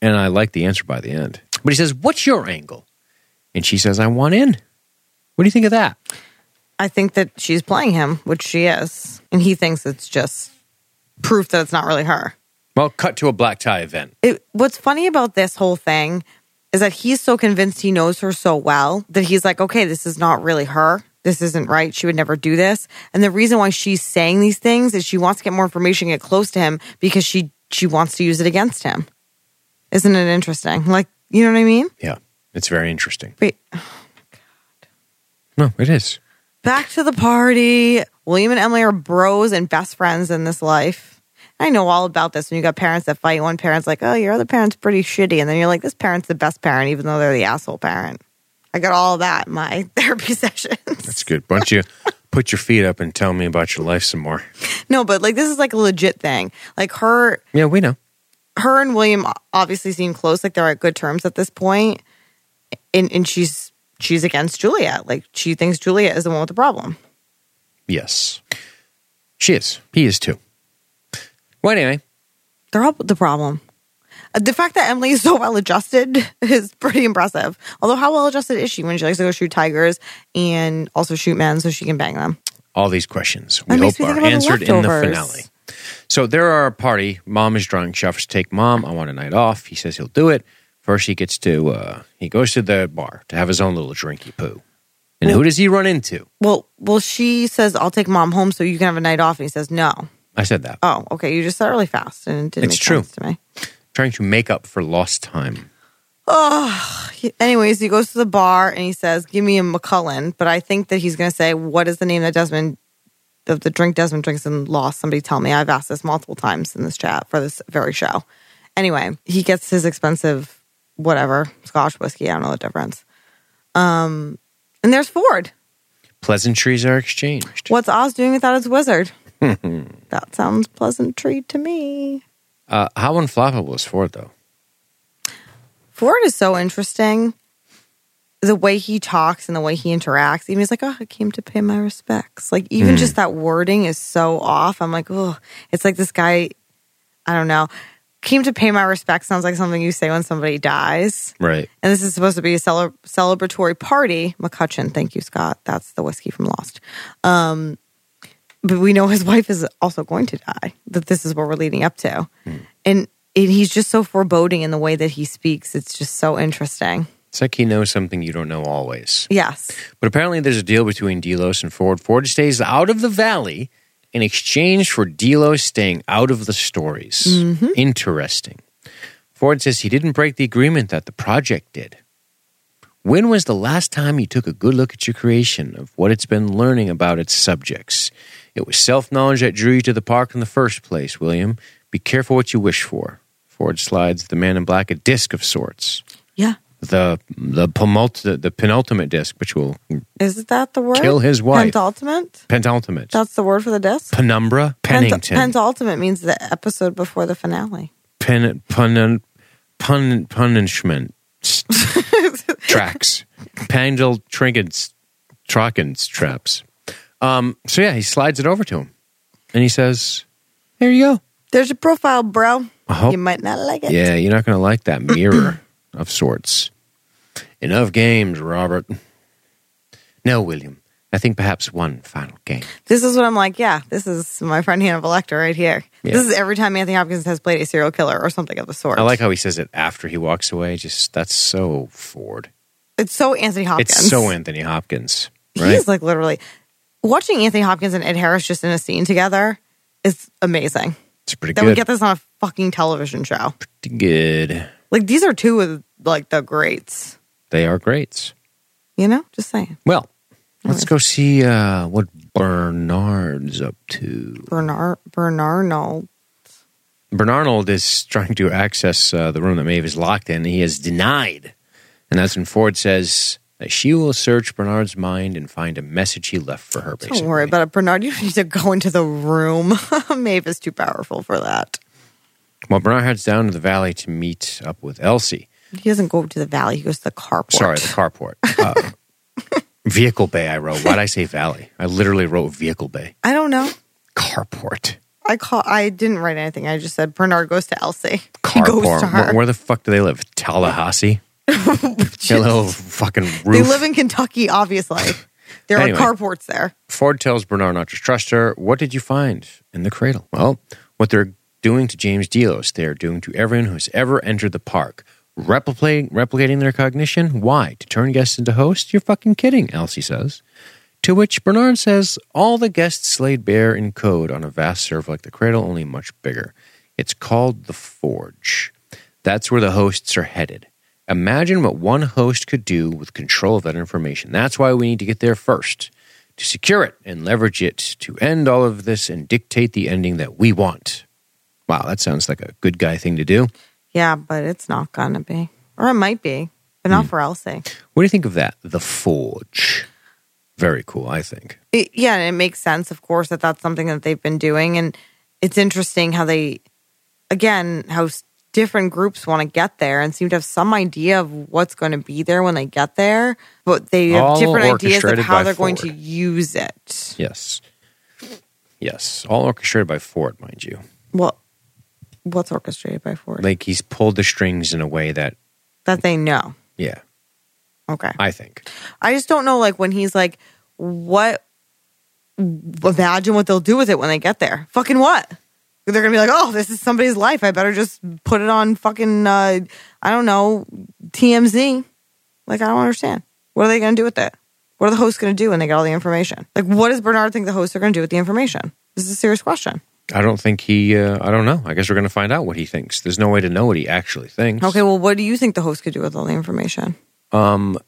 Speaker 1: And I like the answer by the end. But he says, What's your angle? And she says, I want in. What do you think of that?
Speaker 2: I think that she's playing him, which she is, and he thinks it's just proof that it's not really her.
Speaker 1: Well, cut to a black tie event.
Speaker 2: It, what's funny about this whole thing is that he's so convinced he knows her so well that he's like, okay, this is not really her. This isn't right. She would never do this. And the reason why she's saying these things is she wants to get more information, get close to him because she she wants to use it against him. Isn't it interesting? Like, you know what I mean?
Speaker 1: Yeah, it's very interesting. Oh,
Speaker 2: Wait,
Speaker 1: No, it is.
Speaker 2: back to the party. William and Emily are bros and best friends in this life. I know all about this when you got parents that fight. One parent's like, oh, your other parent's pretty shitty. And then you're like, this parent's the best parent, even though they're the asshole parent. I got all that in my therapy sessions.
Speaker 1: That's good. Why don't you put your feet up and tell me about your life some more?
Speaker 2: no, but like, this is like a legit thing. Like, her
Speaker 1: Yeah, we know.
Speaker 2: her and William obviously seem close, like they're at good terms at this point. And and she's she's against Juliet. Like she thinks Juliet is the one with the problem.
Speaker 1: Yes. She is. He is too. Well, anyway,
Speaker 2: they're all the problem. Uh, The fact that Emily is so well adjusted is pretty impressive. Although, how well adjusted is she when she likes to go shoot tigers and also shoot men so she can bang them?
Speaker 1: all these questions we
Speaker 2: That
Speaker 1: hope
Speaker 2: makes me think
Speaker 1: are
Speaker 2: about the
Speaker 1: answered in the
Speaker 2: leftovers.
Speaker 1: finale. So they're at our party. Mom is drunk. She offers to take mom. I want a night off. He says he'll do it. First, he gets to uh, he goes to the bar to have his own little drinky poo. And who does he run into?
Speaker 2: Well, well, she says I'll take mom home so you can have a night off, and he says no.
Speaker 1: I said that.
Speaker 2: Oh, okay. You just said it really fast, and it didn't
Speaker 1: It's
Speaker 2: make
Speaker 1: true.
Speaker 2: sense to me.
Speaker 1: Trying to make up for lost time.
Speaker 2: Oh, anyways, he goes to the bar and he says, "Give me a McCullen," but I think that he's going to say, "What is the name that Desmond, the, the drink Desmond drinks and lost?" Somebody tell me. I've asked this multiple times in this chat for this very show. Anyway, he gets his expensive whatever Scotch whiskey. I don't know the difference. Um, and there's Ford.
Speaker 1: Pleasantries are exchanged.
Speaker 2: What's Oz doing without his wizard? that sounds pleasantry to me.
Speaker 1: Uh, how unflappable is Ford, though?
Speaker 2: Ford is so interesting. The way he talks and the way he interacts, even he's like, "Oh, I came to pay my respects." Like even just that wording is so off. I'm like, "Oh, it's like this guy." I don't know. Came to pay my respects sounds like something you say when somebody dies,
Speaker 1: Right.
Speaker 2: and this is supposed to be a cele- celebratory party. McCutcheon, thank you, Scott. That's the whiskey from Lost. Um, but we know his wife is also going to die. That this is what we're leading up to,
Speaker 1: Hmm.
Speaker 2: and. And he's just so foreboding in the way that he speaks. It's just so interesting.
Speaker 1: It's like he knows something you don't know always.
Speaker 2: Yes.
Speaker 1: But apparently, there's a deal between Delos and Ford. Ford stays out of the valley in exchange for Delos staying out of the stories. Interesting. Ford says he didn't break the agreement that the project did. When was the last time you took a good look at your creation of what it's been learning about its subjects? It was self knowledge that drew you to the park in the first place, William. Be careful what you wish for. Ford slides the man in black a disc of sorts.
Speaker 2: Yeah.
Speaker 1: The the, penult- the, the penultimate disc, which will
Speaker 2: Is that the word?
Speaker 1: Kill his wife.
Speaker 2: Pentultimate?
Speaker 1: Penultimate.
Speaker 2: That's the word for the disc?
Speaker 1: Penumbra. Pennington.
Speaker 2: Pent- pentultimate means the episode before the finale.
Speaker 1: Pen, pun, pun, punishment. Tracks. Pendle trinkets. Trockins traps. Um, so yeah, he slides it over to him. And he says, There you go.
Speaker 2: There's your profile, bro.
Speaker 1: I hope-
Speaker 2: You might not like it.
Speaker 1: Yeah, you're not going to like that mirror of sorts. Enough games, Robert. No, William. I think perhaps one final game.
Speaker 2: This is what I'm like, yeah, this is my friend Hannibal Lecter right here.
Speaker 1: Yeah.
Speaker 2: This is every time Anthony Hopkins has played a serial killer or something of the sort.
Speaker 1: I like how he says it after he walks away. Just that's so Ford.
Speaker 2: It's so Anthony Hopkins.
Speaker 1: It's so Anthony Hopkins, right?
Speaker 2: He's like literally watching Anthony Hopkins and Ed Harris just in a scene together is amazing.
Speaker 1: it's pretty
Speaker 2: That we
Speaker 1: good.
Speaker 2: get this on a fucking television show.
Speaker 1: pretty good.
Speaker 2: Like these are two of like the greats.
Speaker 1: They are greats.
Speaker 2: You know, just saying.
Speaker 1: Well, let's go see uh, what Bernard's up to.
Speaker 2: Bernard Bernardo.
Speaker 1: Bernard is trying to access uh, the room that Maeve is locked in. and He is denied, and that's when Ford says that she will search Bernard's mind and find a message he left for her. Basically.
Speaker 2: Don't worry about it, Bernard. You need to go into the room. Maeve is too powerful for that.
Speaker 1: Well, Bernard heads down to the valley to meet up with Elsie.
Speaker 2: He doesn't go to the valley. He goes to the carport.
Speaker 1: Sorry, the carport. Uh, vehicle bay, I wrote. Why'd I say valley? I literally wrote vehicle bay.
Speaker 2: I don't know.
Speaker 1: Carport.
Speaker 2: I call. I didn't write anything. I just said Bernard goes to Elsie. He
Speaker 1: Carport.
Speaker 2: goes
Speaker 1: Where,
Speaker 2: to her.
Speaker 1: where the fuck do they live? Tallahassee? Hello, fucking roof.
Speaker 2: they live in Kentucky, obviously. There
Speaker 1: Anyway.
Speaker 2: are carports there.
Speaker 1: Ford tells Bernard not to trust her. What did you find in the cradle? Well, what they're doing to James Delos, they're doing to everyone who's ever entered the park. Replicating, replicating their cognition? Why? To turn guests into hosts? You're fucking kidding, Elsie says. To which Bernard says, all the guests laid bare in code on a vast server like the cradle, only much bigger. It's called the Forge. That's where the hosts are headed. Imagine what one host could do with control of that information. That's why we need to get there first to secure it and leverage it to end all of this and dictate the ending that we want. Wow, that sounds like a good guy thing to do.
Speaker 2: Yeah, but it's not gonna be, or it might be, but
Speaker 1: Hmm.
Speaker 2: not for Elsie.
Speaker 1: What do you think of that? The Forge. Very cool, I think.
Speaker 2: It, yeah, and it makes sense, of course, that that's something that they've been doing. And it's interesting how they, again, how s- different groups want to get there and seem to have some idea of what's going to be there when they get there, but they have
Speaker 1: All
Speaker 2: different ideas of
Speaker 1: orchestrated
Speaker 2: how
Speaker 1: by
Speaker 2: they're going to
Speaker 1: Ford.
Speaker 2: use it.
Speaker 1: Yes. Yes. All orchestrated by Ford, mind you.
Speaker 2: Well, what's orchestrated by Ford
Speaker 1: Like he's pulled the strings in a way that,
Speaker 2: that they know.
Speaker 1: yeah,
Speaker 2: Okay.
Speaker 1: I think.
Speaker 2: I just don't know, like, when he's like, what, imagine what they'll do with it when they get there. Fucking what? they're gonna be like, oh, this is somebody's life. I better just put it on fucking, uh, I don't know, TMZ. Like, I don't understand. What are they gonna do with it? What are the hosts gonna do when they get all the information? Like, what does Bernard think the hosts are gonna do with the information? This is a serious question.
Speaker 1: I don't think he. Uh, I don't know. I guess we're going to find out what he thinks. There's no way to know what he actually thinks.
Speaker 2: Okay, well, what do you think the host could do with all the information?
Speaker 1: Um,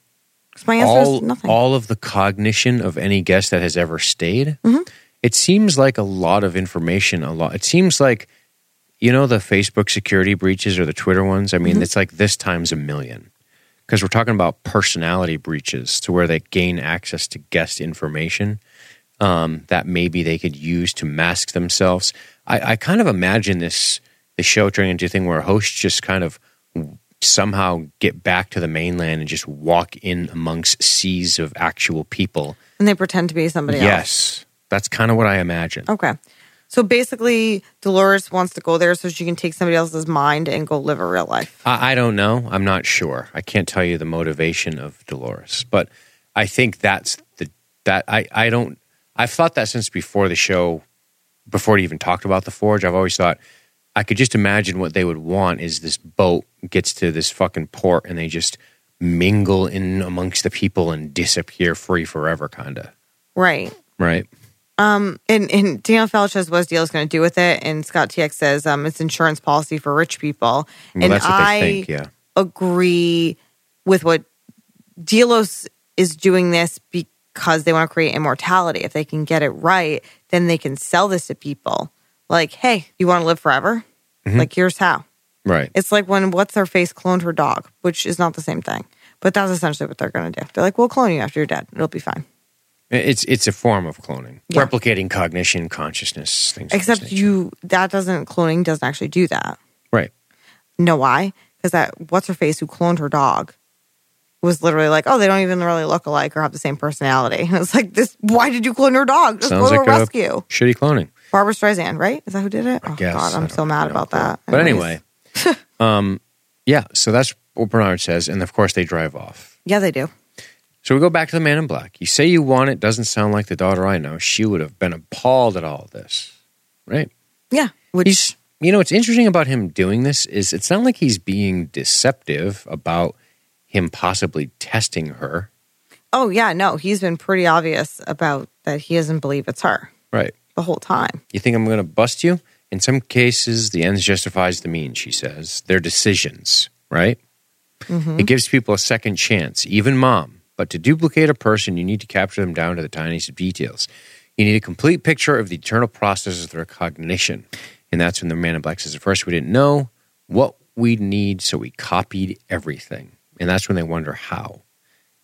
Speaker 2: 'Cause my answer is
Speaker 1: all
Speaker 2: nothing.
Speaker 1: all of the cognition of any guest that has ever stayed.
Speaker 2: Mm-hmm.
Speaker 1: It seems like a lot of information. A lot. It seems like you know the Facebook security breaches or the Twitter ones. I mean,
Speaker 2: Mm-hmm.
Speaker 1: it's like this times a million because we're talking about personality breaches to where they gain access to guest information um, that maybe they could use to mask themselves. I, I kind of imagine this the show turning into a thing where hosts just kind of somehow get back to the mainland and just walk in amongst seas of actual people.
Speaker 2: and they pretend to be somebody else.
Speaker 1: Yes, that's kind of what I imagine.
Speaker 2: Okay. So basically, Dolores wants to go there so she can take somebody else's mind and go live a real life.
Speaker 1: I, I don't know. I'm not sure. I can't tell you the motivation of Dolores, but I think that's the that I I don't. I've thought that since before the show, before it even talked about the forge. I've always thought I could just imagine what they would want is this boat gets to this fucking port and they just mingle in amongst the people and disappear free forever, kinda.
Speaker 2: Right.
Speaker 1: Right.
Speaker 2: Um, and, and Daniel Felch says, What's Deal's going to do with it? And Scott TX says, um, It's insurance policy for rich people.
Speaker 1: Well,
Speaker 2: and
Speaker 1: that's what
Speaker 2: I
Speaker 1: they think. Yeah.
Speaker 2: agree with what Delos is doing this because they want to create immortality. If they can get it right, then they can sell this to people. Like, hey, you want to live forever? Like, here's how.
Speaker 1: Right.
Speaker 2: It's like when what's her face cloned her dog, which is not the same thing. But that's essentially what they're going to do. They're like, we'll clone you after you're dead. It'll be fine.
Speaker 1: It's it's a form of cloning,
Speaker 2: Yeah.
Speaker 1: replicating cognition, consciousness, things. of
Speaker 2: Except
Speaker 1: this nature.
Speaker 2: you, that doesn't, cloning doesn't actually do that.
Speaker 1: right?
Speaker 2: Know why? Because that, what's her face who cloned her dog was literally like, oh, they don't even really look alike or have the same personality. And it's like, this, why did you clone your dog? Just
Speaker 1: Sounds
Speaker 2: go to
Speaker 1: like
Speaker 2: a
Speaker 1: a-
Speaker 2: rescue.
Speaker 1: Shitty cloning.
Speaker 2: Barbara Streisand, right? Is that who did it? oh,
Speaker 1: guess.
Speaker 2: God,
Speaker 1: I
Speaker 2: I'm
Speaker 1: don't
Speaker 2: so mad
Speaker 1: have no
Speaker 2: about
Speaker 1: clue.
Speaker 2: that.
Speaker 1: But
Speaker 2: Anyways.
Speaker 1: anyway, um, yeah. So that's what Bernard says, and of course they drive off.
Speaker 2: Yeah, they do.
Speaker 1: So we go back to the Man in Black. You say you want it. Doesn't sound like the daughter I know. She would have been appalled at all of this, right?
Speaker 2: Yeah. Which,
Speaker 1: He's, you know, what's interesting about him doing this is it's not like he's being deceptive about him possibly testing her,
Speaker 2: oh, yeah, no, he's been pretty obvious about that he doesn't believe it's her
Speaker 1: right?
Speaker 2: the whole time.
Speaker 1: You think I'm going to bust you? In some cases, the ends justifies the means, she says. They're decisions, right? It gives people a second chance, even mom. But to duplicate a person, you need to capture them down to the tiniest details. You need a complete picture of the internal processes of their cognition. And that's when the man in black says, at first, we didn't know what we need, so we copied everything. And that's when they wonder how.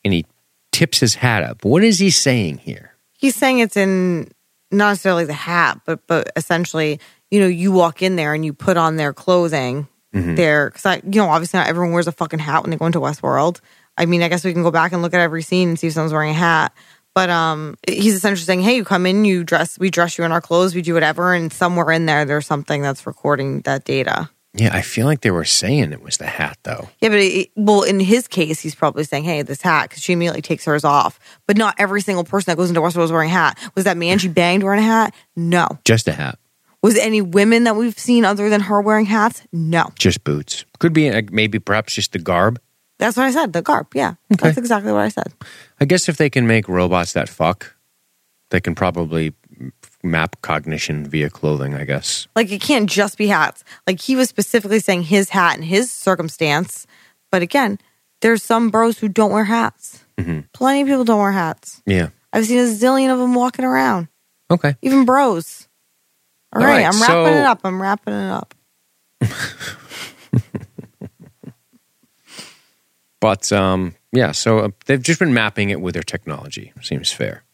Speaker 1: And he tips his hat up. What is he saying here?
Speaker 2: he's saying it's in not necessarily the hat, but but essentially, you know, you walk in there and you put on their clothing there because I, you know, obviously not everyone wears a fucking hat when they go into Westworld. I mean, I guess we can go back and look at every scene and see if someone's wearing a hat. But um, he's essentially saying, "Hey, you come in, you dress, we dress you in our clothes, we do whatever, and somewhere in there, there's something that's recording that data."
Speaker 1: Yeah, I feel like they were saying it was the hat, though.
Speaker 2: Yeah, but it, well, in his case, he's probably saying, "Hey, this hat," because she immediately takes hers off. But not every single person that goes into Westworld is wearing a hat. Was that man she banged wearing a hat? No.
Speaker 1: Just a hat.
Speaker 2: Was any women that we've seen other than her wearing hats? No.
Speaker 1: Just boots. Could be uh, maybe perhaps just the garb.
Speaker 2: That's what I said. The garb. Yeah, that's exactly what I said.
Speaker 1: I guess if they can make robots that fuck, they can probably m- map cognition via clothing, I guess.
Speaker 2: Like it can't just be hats. Like he was specifically saying his hat and his circumstance. But again, there's some bros who don't wear hats. Plenty of people don't wear hats.
Speaker 1: Yeah.
Speaker 2: I've seen a zillion of them walking around.
Speaker 1: Okay.
Speaker 2: even bros. All
Speaker 1: All
Speaker 2: right,
Speaker 1: right,
Speaker 2: I'm
Speaker 1: so-
Speaker 2: wrapping it up. I'm wrapping it up.
Speaker 1: But um, yeah, so uh, they've just been mapping it with their technology. Seems fair.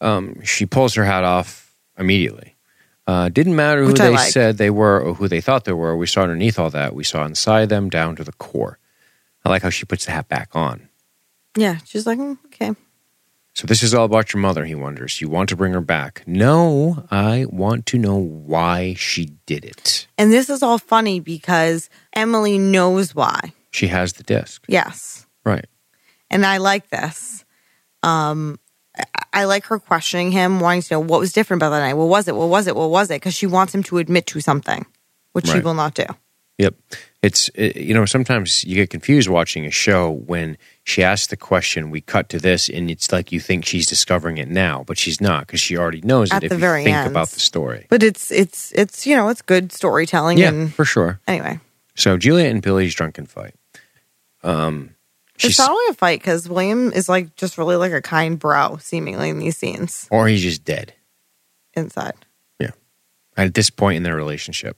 Speaker 1: Um, she pulls her hat off immediately. Uh, didn't matter who
Speaker 2: Which I
Speaker 1: they
Speaker 2: like.
Speaker 1: said they were or who they thought they were. We saw underneath all that. We saw inside them down to the core. I like how she puts the hat back on.
Speaker 2: Yeah, she's like, "Mm, okay,
Speaker 1: So this is all about your mother, he wonders. You want to bring her back. No, I want to know why she did it.
Speaker 2: and this is all funny because Emily knows why.
Speaker 1: She has the disc.
Speaker 2: Yes,
Speaker 1: Right.
Speaker 2: and I like this. Um, I like her questioning him, wanting to know what was different about that night. What was it? What was it? What was it? Because she wants him to admit to something, which he
Speaker 1: Right.
Speaker 2: will not do.
Speaker 1: Yep. It's, it, you know, sometimes you get confused watching a show when she asks the question, we cut to this, and it's like you think she's discovering it now, but she's not because she already knows
Speaker 2: At
Speaker 1: it
Speaker 2: the
Speaker 1: if
Speaker 2: very
Speaker 1: you think
Speaker 2: end.
Speaker 1: about the story.
Speaker 2: But it's it's it's you know it's good storytelling.
Speaker 1: Yeah,
Speaker 2: and
Speaker 1: for sure.
Speaker 2: Anyway,
Speaker 1: So Julia and Billy's drunken fight. Um,
Speaker 2: it's
Speaker 1: she's,
Speaker 2: not only a fight because William is like just really like a kind bro, seemingly in these scenes
Speaker 1: or he's just dead
Speaker 2: inside.
Speaker 1: at this point in their relationship.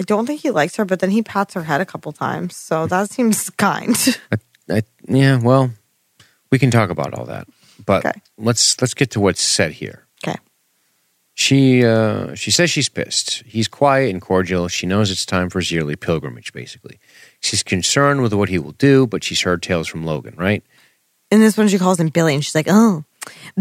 Speaker 2: I don't think he likes her, but then he pats her head a couple times, so that seems kind.
Speaker 1: I, yeah, well, we can talk about all that, but
Speaker 2: Okay.
Speaker 1: let's let's get to what's said here.
Speaker 2: Okay.
Speaker 1: She uh, she says she's pissed. He's quiet and cordial. She knows it's time for his yearly pilgrimage. Basically, she's concerned with what he will do, but she's heard tales from Logan. Right?
Speaker 2: In this one, she calls him Billy, and she's like, "Oh,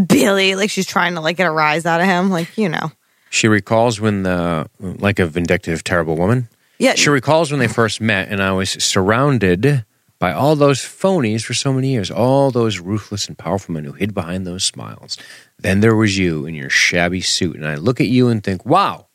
Speaker 2: Billy!" Like she's trying to like get a rise out of him, like you know.
Speaker 1: She recalls when the like a vindictive, terrible woman.
Speaker 2: Yeah,
Speaker 1: She recalls when they first met, and I was surrounded by all those phonies for so many years, all those ruthless and powerful men who hid behind those smiles. Then there was you in your shabby suit, and I look at you and think, wow,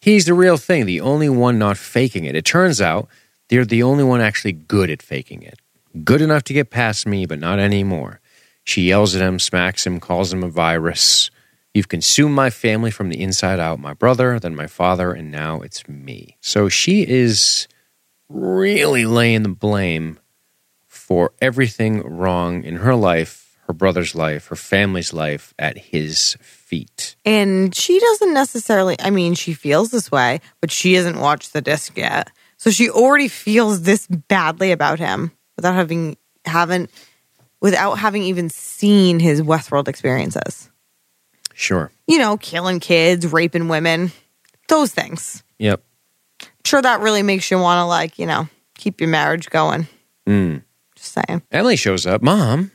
Speaker 1: he's the real thing, the only one not faking it. It turns out you're the only one actually good at faking it. Good enough to get past me, but not anymore. She yells at him, smacks him, calls him a virus. You've consumed my family from the inside out, my brother, then my father, and now it's me. So she is really laying the blame for everything wrong in her life, her brother's life, her family's life at his feet.
Speaker 2: And she doesn't necessarily, I mean, she feels this way, but she hasn't watched the disc yet. So she already feels this badly about him without having haven't without having even seen his Westworld experiences.
Speaker 1: Sure.
Speaker 2: You know, killing kids, raping women, those things.
Speaker 1: Yep.
Speaker 2: Sure that really makes you want to like, you know, keep your marriage going.
Speaker 1: Mm.
Speaker 2: Just saying.
Speaker 1: Emily shows up. Mom,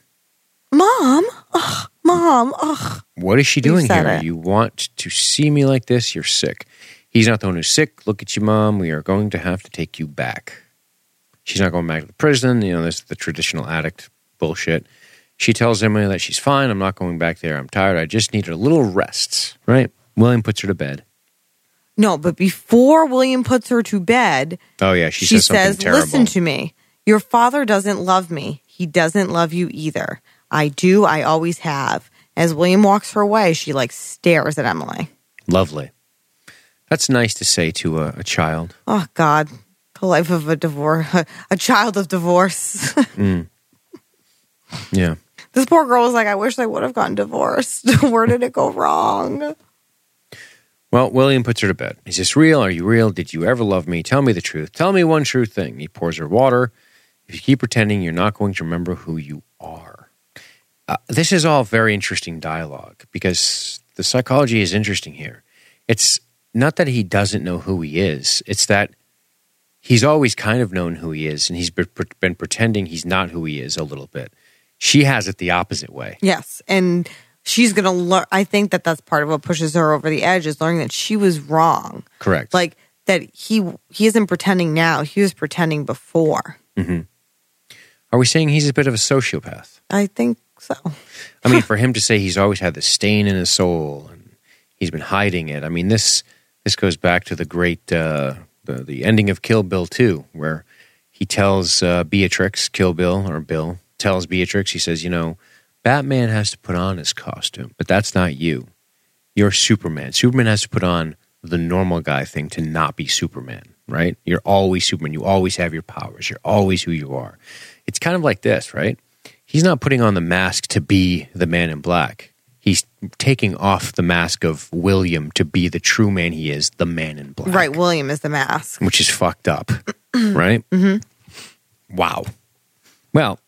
Speaker 2: Mom, ugh, mom, ugh.
Speaker 1: What is she doing
Speaker 2: said
Speaker 1: here?
Speaker 2: it.
Speaker 1: You want to see me like this? You're sick. He's not the one who's sick. Look at you, mom. We are going to have to take you back. She's not going back to the prison. You know, this is the traditional addict bullshit. She tells Emily that she's fine. I'm not going back there. I'm tired. I just need a little rest. Right? William puts her to bed.
Speaker 2: No, but before William puts her to bed,
Speaker 1: Oh yeah, she,
Speaker 2: she,
Speaker 1: says something
Speaker 2: says,
Speaker 1: terrible.
Speaker 2: Listen to me. Your father doesn't love me. He doesn't love you either. I do. I always have. As William walks her away, she like stares at Emily.
Speaker 1: Lovely. That's nice to say to a, a child.
Speaker 2: Oh, God. The life of a divorce, a child of divorce.
Speaker 1: Yeah.
Speaker 2: this poor girl was like, I wish I would have gotten divorced. Where did it go wrong?
Speaker 1: Well, William puts her to bed. Is this real? Are you real? Did you ever love me? Tell me the truth. Tell me one true thing. He pours her water. If you keep pretending, you're not going to remember who you are. Uh, this is all very interesting dialogue because the psychology is interesting here. It's not that he doesn't know who he is, it's that he's always kind of known who he is and he's been been pretending he's not who he is a little bit. She has it the opposite way.
Speaker 2: Yes. And she's going to learn. I think that that's part of what pushes her over the edge is learning that she was wrong.
Speaker 1: Correct.
Speaker 2: Like, that he he isn't pretending now. He was pretending before.
Speaker 1: Are we saying he's a bit of a sociopath?
Speaker 2: I think so.
Speaker 1: I mean, for him to say he's always had the stain in his soul and he's been hiding it. I mean, this this goes back to the great uh, the the ending of Kill Bill two, where he tells uh, Beatrix, Kill Bill or Bill tells Beatrix, he says, you know, Batman has to put on his costume, but that's not you. You're Superman. Superman has to put on the normal guy thing to not be Superman, right? You're always Superman. You always have your powers. You're always who you are. It's kind of like this, right? He's not putting on the mask to be the man in black. He's taking off the mask of William to be the true man he is, the man in black.
Speaker 2: Right, William is the mask.
Speaker 1: Which is fucked up, right? Mm-hmm. Wow. Well,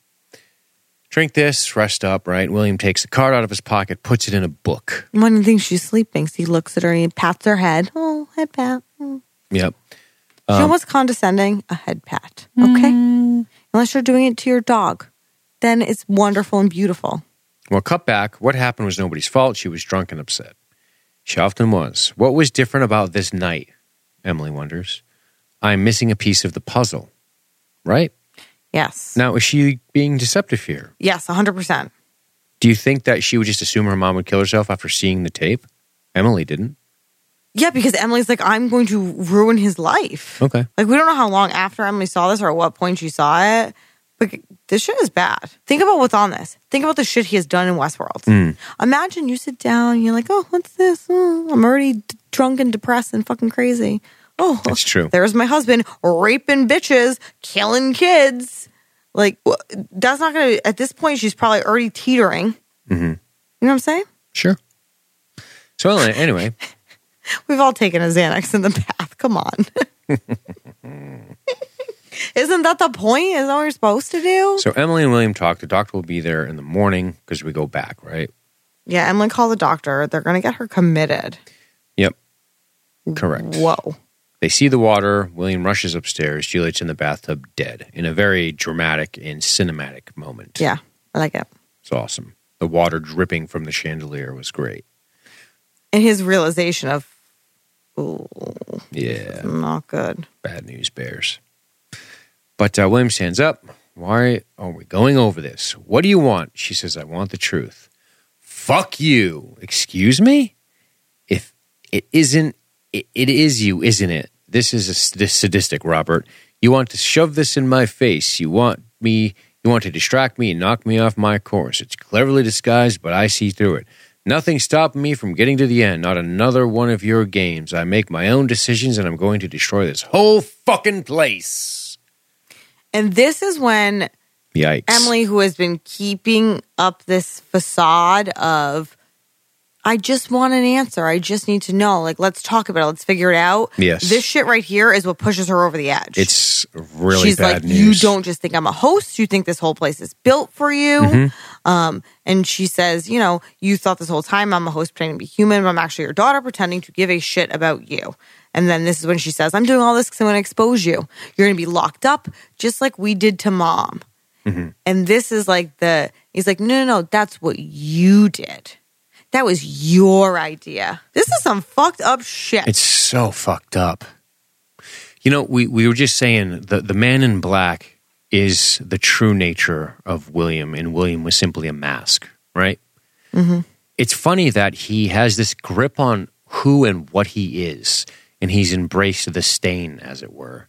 Speaker 1: drink this, rest up, right? William takes the card out of his pocket, puts it in a book.
Speaker 2: One of the things she's sleeping, so he looks at her and he pats her head. Oh, head pat. Mm.
Speaker 1: Yep.
Speaker 2: She almost condescending, a head pat. Okay. Unless you're doing it to your dog, then it's wonderful and beautiful.
Speaker 1: Well, cut back. What happened was nobody's fault. She was drunk and upset. She often was. What was different about this night? Emily wonders. I'm missing a piece of the puzzle, right?
Speaker 2: Yes.
Speaker 1: Now, is she being deceptive here?
Speaker 2: Yes, 100%.
Speaker 1: Do you think that she would just assume her mom would kill herself after seeing the tape? Emily didn't.
Speaker 2: Yeah, because Emily's like, I'm going to ruin his life.
Speaker 1: Okay.
Speaker 2: Like, we don't know how long after Emily saw this or at what point she saw it. But this shit is bad. Think about what's on this. Think about the shit he has done in Westworld. Imagine you sit down, you're like, oh, what's this? Oh, I'm already d- drunk and depressed and fucking crazy. Oh,
Speaker 1: That's true.
Speaker 2: There's my husband raping bitches, killing kids. Like, wh- that's not going to, at this point, she's probably already teetering. You know what I'm saying?
Speaker 1: Sure. So Ellen- anyway,
Speaker 2: We've all taken a Xanax in the bath. Come on. Isn't that the point? Isn't that what you're supposed to do?
Speaker 1: so Emily and William talk. The doctor will be there in the morning because we go back, right?
Speaker 2: yeah, Emily called the doctor. They're going to get her committed.
Speaker 1: Yep. Correct.
Speaker 2: Whoa.
Speaker 1: They see the water. William rushes upstairs. Juliet's in the bathtub, dead, in a very dramatic and cinematic moment.
Speaker 2: Yeah, I like it.
Speaker 1: It's awesome. The water dripping from the chandelier was great.
Speaker 2: And his realization of, ooh,
Speaker 1: Yeah.
Speaker 2: not good.
Speaker 1: Bad news bears. But uh, William stands up. Why are we going over this? What do you want? She says, I want the truth. Fuck you. Excuse me? If it isn't, it, it is you, isn't it? This is a, s- this sadistic, Robert. You want to shove this in my face. You want me, you want to distract me and knock me off my course. It's cleverly disguised, but I see through it. Nothing stopping me from getting to the end. Not another one of your games. I make my own decisions and I'm going to destroy this whole fucking place.
Speaker 2: And this is when
Speaker 1: Yikes.
Speaker 2: Emily, who has been keeping up this facade of, I just want an answer. I just need to know. Like, let's talk about it. Let's figure it out.
Speaker 1: Yes.
Speaker 2: This shit right here is what pushes her over the edge.
Speaker 1: It's really
Speaker 2: She's
Speaker 1: bad
Speaker 2: like,
Speaker 1: news.
Speaker 2: you don't just think I'm a host. You think this whole place is built for you.
Speaker 1: Mm-hmm.
Speaker 2: Um, and she says, you know, you thought this whole time I'm a host pretending to be human, but I'm actually your daughter pretending to give a shit about you. And then this is when she says, I'm doing all this because I want to expose you. You're going to be locked up just like we did to mom.
Speaker 1: Mm-hmm.
Speaker 2: And this is like the, he's like, no, no, no, that's what you did. That was your idea. This is some fucked up shit.
Speaker 1: It's so fucked up. You know, we, we were just saying the, the man in black is the true nature of William, and William was simply a mask, right? It's funny that he has this grip on who and what he is, and he's embraced the stain, as it were.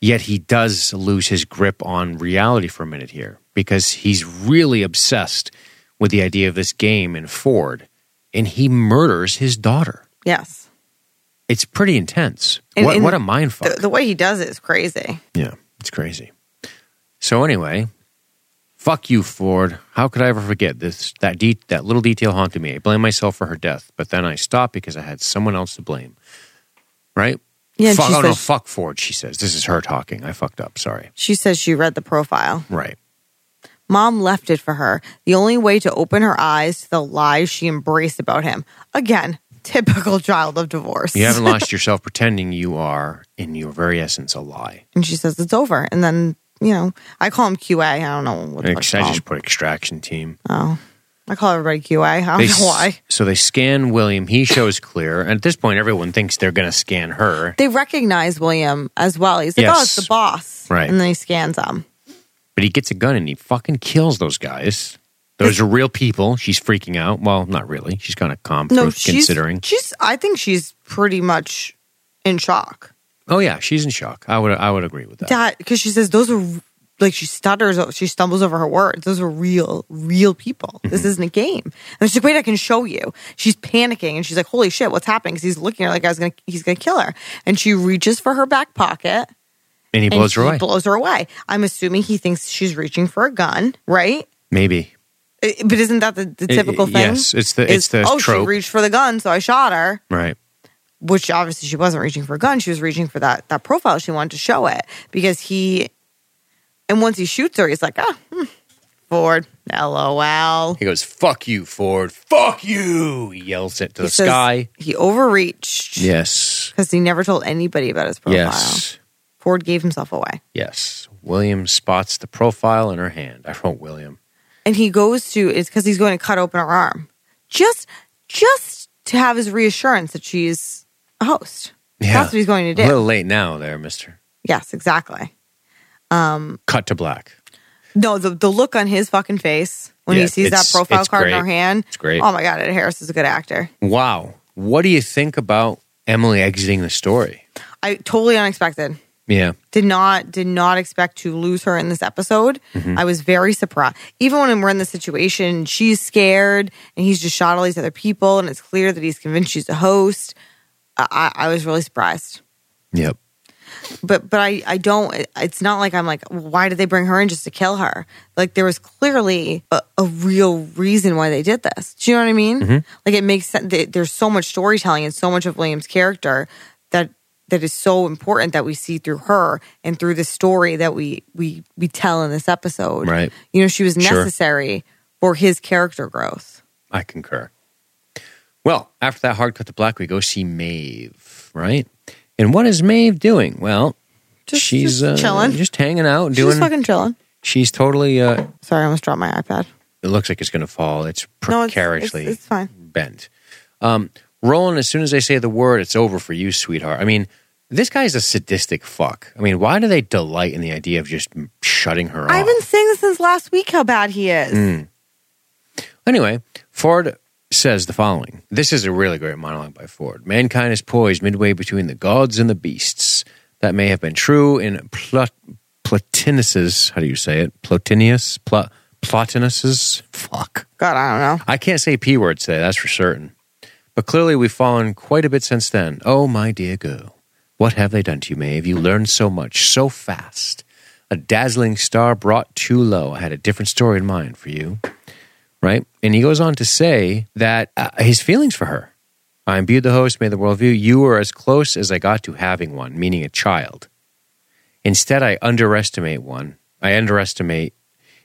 Speaker 1: Yet he does lose his grip on reality for a minute here because he's really obsessed with the idea of this game and Ford, and he murders his daughter
Speaker 2: yes.
Speaker 1: it's pretty intense.
Speaker 2: And-
Speaker 1: what,
Speaker 2: and
Speaker 1: what a mind fuck.
Speaker 2: The, the way he does it is crazy.
Speaker 1: yeah, it's crazy. So anyway, fuck you, Ford. How could I ever forget this? That de- that little detail haunted me. I blame myself for her death, but then I stopped because I had someone else to blame. Right?
Speaker 2: Yeah, and
Speaker 1: Fuck,
Speaker 2: she
Speaker 1: oh no,
Speaker 2: says-
Speaker 1: fuck Ford. She says this is her talking. I fucked up. Sorry.
Speaker 2: She says she read the profile.
Speaker 1: Right.
Speaker 2: Mom left it for her. The only way to open her eyes to the lies she embraced about him. Again, typical child of divorce.
Speaker 1: You haven't lost yourself pretending you are, in your very essence, a lie.
Speaker 2: And she says it's over. And then, you know, I call him QA. I don't know what the
Speaker 1: I
Speaker 2: fuck to call him. Oh.
Speaker 1: just put extraction team.
Speaker 2: I call everybody QA. I don't
Speaker 1: They
Speaker 2: know
Speaker 1: s-
Speaker 2: why.
Speaker 1: So they scan William. He shows clear. And at this point, everyone thinks they're going to scan her.
Speaker 2: They recognize William as well. He's like, oh, it's
Speaker 1: Yes.
Speaker 2: the boss.
Speaker 1: Right.
Speaker 2: And then he scans him.
Speaker 1: But he gets a gun and he fucking kills those guys. Those are real people. She's freaking out. Well, not really. She's kind of calm
Speaker 2: No,
Speaker 1: for
Speaker 2: she's,
Speaker 1: considering.
Speaker 2: she's, I think she's pretty much in shock.
Speaker 1: Oh yeah, she's in shock. I would I would agree with that.
Speaker 2: that because she says those are like she stutters, she stumbles over her words. Those are real, real people.
Speaker 1: Mm-hmm.
Speaker 2: This isn't a game. And she's like, "Wait, I can show you." She's panicking and she's like, "Holy shit, what's happening?" Because he's looking at her like I was gonna, he's gonna kill her. And she reaches for her back pocket
Speaker 1: and he
Speaker 2: and
Speaker 1: blows her
Speaker 2: he
Speaker 1: away.
Speaker 2: blows her away. I'm assuming he thinks she's reaching for a gun, right?
Speaker 1: Maybe.
Speaker 2: I- but isn't that the, the
Speaker 1: I-
Speaker 2: typical
Speaker 1: I-
Speaker 2: thing?
Speaker 1: yes, it's the-
Speaker 2: Is,
Speaker 1: it's the
Speaker 2: oh,
Speaker 1: trope."
Speaker 2: she reached for the gun, so I shot her
Speaker 1: Right.
Speaker 2: which obviously she wasn't reaching for a gun. She was reaching for that that profile. She wanted to show it because he, and once he shoots her, he's like, ah, hmm, Ford, lol.
Speaker 1: He goes, "Fuck you, Ford. Fuck you." He yells it to
Speaker 2: He
Speaker 1: the
Speaker 2: says
Speaker 1: sky.
Speaker 2: He overreached
Speaker 1: Yes.
Speaker 2: because he never told anybody about his profile.
Speaker 1: Yes.
Speaker 2: Ford gave himself away,
Speaker 1: Yes. William spots the profile in her hand. I wrote William.
Speaker 2: and he goes to it's because he's going to cut open her arm, just just to have his reassurance that she's a host.
Speaker 1: Yeah.
Speaker 2: That's what he's going to
Speaker 1: A
Speaker 2: do.
Speaker 1: little late now, there, Mister.
Speaker 2: Yes, exactly.
Speaker 1: Cut to black.
Speaker 2: No, the the look on his fucking face when
Speaker 1: Yeah,
Speaker 2: he sees that
Speaker 1: it's-
Speaker 2: profile
Speaker 1: it's
Speaker 2: card
Speaker 1: great.
Speaker 2: in our hand.
Speaker 1: It's great.
Speaker 2: Oh my god, Ed Harris is a good actor.
Speaker 1: Wow. What do you think about Emily exiting the story?
Speaker 2: I totally unexpected.
Speaker 1: Yeah.
Speaker 2: Did not did not expect to lose her in this episode.
Speaker 1: Mm-hmm.
Speaker 2: I was very surprised. Even when we're in the situation, she's scared and he's just shot all these other people, and it's clear that he's convinced she's a host. I, I I was really surprised.
Speaker 1: Yep.
Speaker 2: but but I I don't. It's not like I'm like, well, why did they bring her in just to kill her? Like there was clearly a, a real reason why they did this. Do you know what I mean?
Speaker 1: Mm-hmm.
Speaker 2: Like it makes sense. th- There's so much storytelling and so much of William's character that that is so important that we see through her and through the story that we we we tell in this episode.
Speaker 1: Right.
Speaker 2: You know, she was
Speaker 1: Sure.
Speaker 2: necessary for his character growth.
Speaker 1: I concur. Well, after that hard cut to black, we go see Maeve, right? And what is Maeve doing? Well,
Speaker 2: Just-
Speaker 1: she's
Speaker 2: just
Speaker 1: uh,
Speaker 2: chilling.
Speaker 1: just hanging out,
Speaker 2: She was
Speaker 1: doing.
Speaker 2: fucking chilling.
Speaker 1: she's totally. Uh,
Speaker 2: Sorry, I almost dropped my iPad.
Speaker 1: it looks like it's going to fall. It's
Speaker 2: No, it's, it's,
Speaker 1: precariously
Speaker 2: it's fine.
Speaker 1: bent. Um, Roland, as soon as they say the word, it's over for you, sweetheart. I mean, this guy's a sadistic fuck. I mean, why do they delight in the idea of just shutting her off?
Speaker 2: I've been saying this since last week how bad he is.
Speaker 1: Anyway, Ford says the following This is a really great monologue by Ford. Mankind is poised midway between the gods and the beasts. That may have been true in Plut- Plotinus's, how do you say it? Plotinius? Pl- Plotinus's? Fuck.
Speaker 2: God, I don't know.
Speaker 1: I can't say P word today, that's for certain. But clearly we've fallen quite a bit since then. Oh, my dear girl. What have they done to you, Maeve? You learned so much, so fast. A dazzling star brought too low. I had a different story in mind for you. Right? And he goes on to say that uh, his feelings for her. I imbued the host, made the worldview. You were as close as I got to having one, meaning a child. Instead, I underestimate one. I underestimate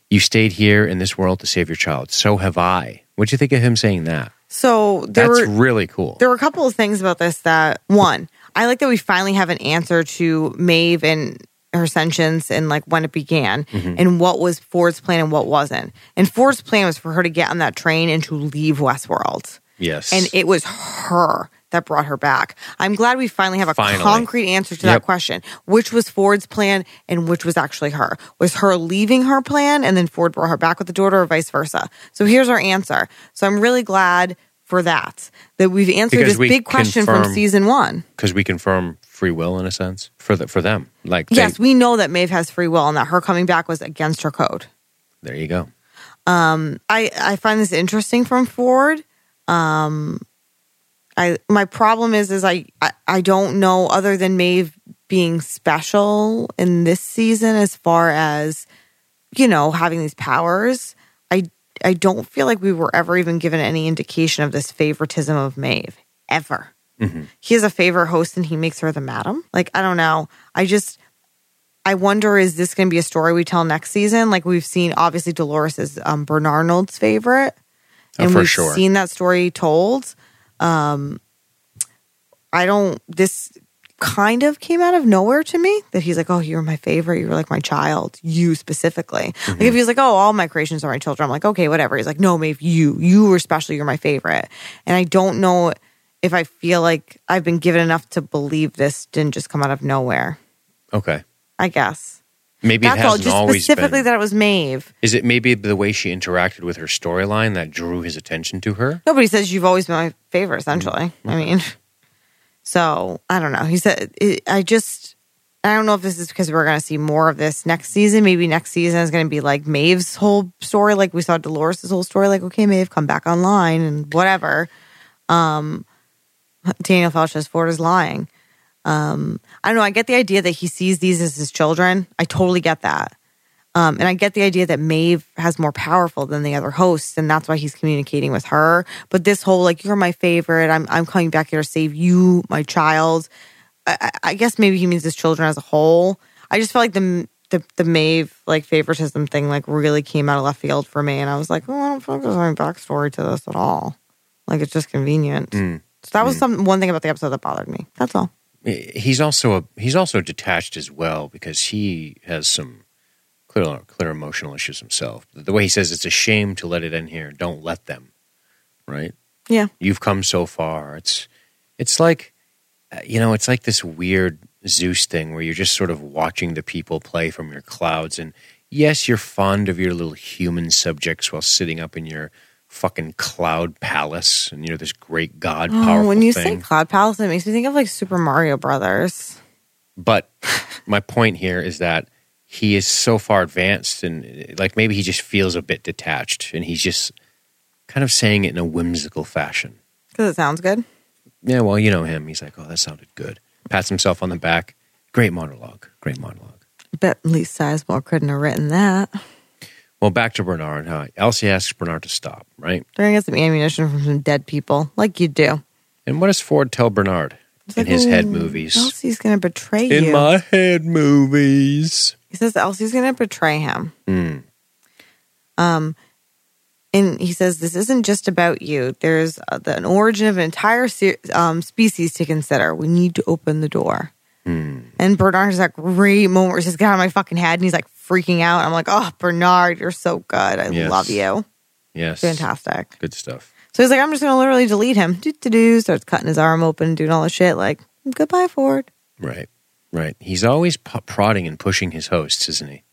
Speaker 1: you stayed here in this world to save your child. So have I. What'd you think of him saying that?
Speaker 2: So there
Speaker 1: That's
Speaker 2: were
Speaker 1: really cool.
Speaker 2: there were a couple of things about this that one, I like that we finally have an answer to Maeve and her sentience and like when it began and what was Ford's plan and what wasn't. And Ford's plan was for her to get on that train and to leave Westworld.
Speaker 1: yes.
Speaker 2: And it was her that brought her back. I'm glad we finally have a
Speaker 1: Finally.
Speaker 2: concrete answer to
Speaker 1: Yep.
Speaker 2: that question. Which was Ford's plan and which was actually her? Was her leaving her plan and then Ford brought her back with the daughter or vice versa? So here's our answer. So I'm really glad for that, that we've answered
Speaker 1: Because
Speaker 2: this
Speaker 1: we
Speaker 2: big question from
Speaker 1: confirm-
Speaker 2: season one.
Speaker 1: Because we confirm free will in a sense for the, for them. Like, they-
Speaker 2: Yes, we know that Maeve has free will and that her coming back was against her code.
Speaker 1: there you go.
Speaker 2: I, I find this interesting from Ford. Um, I my problem is is I, I I don't know other than Maeve being special in this season as far as you know having these powers. I I don't feel like we were ever even given any indication of this favoritism of Maeve ever.
Speaker 1: Mm-hmm.
Speaker 2: He is a favorite host and he makes her the madam. Like I don't know. I just I wonder is this going to be a story we tell next season? Like we've seen, obviously Dolores is um, Bernard's favorite,
Speaker 1: Oh,
Speaker 2: and
Speaker 1: for
Speaker 2: we've
Speaker 1: sure.
Speaker 2: seen that story told. Um, I don't. This kind of came out of nowhere to me that he's like, "Oh, you were my favorite. You were like my child. You specifically."
Speaker 1: Mm-hmm.
Speaker 2: Like if he's like, "Oh, all my creations are my children," I'm like, "Okay, whatever." He's like, "No, Maeve, you. You were special. You're my favorite." And I don't know if I feel like I've been given enough to believe this didn't just come out of nowhere.
Speaker 1: Okay.
Speaker 2: I guess.
Speaker 1: Maybe it
Speaker 2: That's all.
Speaker 1: hasn't
Speaker 2: Just
Speaker 1: always
Speaker 2: specifically
Speaker 1: been.
Speaker 2: that it was Maeve.
Speaker 1: Is it maybe the way she interacted with her storyline that drew his attention to her?
Speaker 2: Nobody says you've always been my favorite. Essentially, I mean, so I don't know. He said, it- I just, I don't know if this is because we're going to see more of this next season. Maybe next season is going to be like Maeve's whole story, like we saw Dolores' whole story. Like, okay, Maeve, come back online and whatever. Um, Daniel Felch says Ford is lying. Um, I don't know. I get the idea that he sees these as his children. I totally get that. Um, and I get the idea that Maeve has more powerful than the other hosts, and that's why he's communicating with her. But this whole like, you're my favorite. I'm I'm coming back here to save you, my child. I, I- I guess maybe he means his children as a whole. I just felt like the the the Maeve like favoritism thing like really came out of left field for me, and I was like, oh, I don't feel like there's any backstory to this at all. Like it's just convenient.
Speaker 1: Hmm.
Speaker 2: So that was
Speaker 1: Mm.
Speaker 2: some one thing about the episode that bothered me. That's all.
Speaker 1: He's also a, he's also detached as well because he has some clear clear emotional issues himself. The way he says it's a shame to let it in here. Don't let them. Right.
Speaker 2: Yeah.
Speaker 1: you've come so far. It's it's like uh, you know, it's like this weird Zeus thing where you're just sort of watching the people play from your clouds and yes, you're fond of your little human subjects while sitting up in your fucking cloud palace and you're this great god powerful
Speaker 2: Oh, when you
Speaker 1: thing.
Speaker 2: say Cloud Palace, it makes me think of like Super Mario Brothers.
Speaker 1: But my point here is that he is so far advanced and like maybe he just feels a bit detached and he's just kind of saying it in a whimsical fashion.
Speaker 2: Because it sounds good.
Speaker 1: Yeah, well, you know him. He's like, oh, that sounded good. Pats himself on the back. Great monologue. Great monologue.
Speaker 2: Bet Lee Sizemore couldn't have written that.
Speaker 1: Well, back to Bernard. Huh? Elsie asks Bernard to stop, right?
Speaker 2: They're gonna get some ammunition from some dead people, like you do.
Speaker 1: And what does Ford tell Bernard
Speaker 2: It's
Speaker 1: in
Speaker 2: like,
Speaker 1: his head
Speaker 2: "Ooh,
Speaker 1: movies?
Speaker 2: Elsie's gonna betray
Speaker 1: In
Speaker 2: you.
Speaker 1: my head movies.
Speaker 2: he says Elsie's gonna betray him.
Speaker 1: Mm.
Speaker 2: Um, and he says this isn't just about you. There's uh, the, an origin of an entire se- um, species to consider. We need to open the door.
Speaker 1: hmm.
Speaker 2: And Bernard has that great moment where he says, "Get out of my fucking head," and he's like freaking out. I'm like, "Oh, Bernard, you're so good. I
Speaker 1: Yes.
Speaker 2: love you.
Speaker 1: Yes.
Speaker 2: Fantastic."
Speaker 1: Good stuff.
Speaker 2: So he's like, "I'm just gonna literally delete him." Do do do. Starts cutting his arm open, doing all this shit. Like, goodbye, Ford.
Speaker 1: Right. Right. He's always p- prodding and pushing his hosts, isn't he?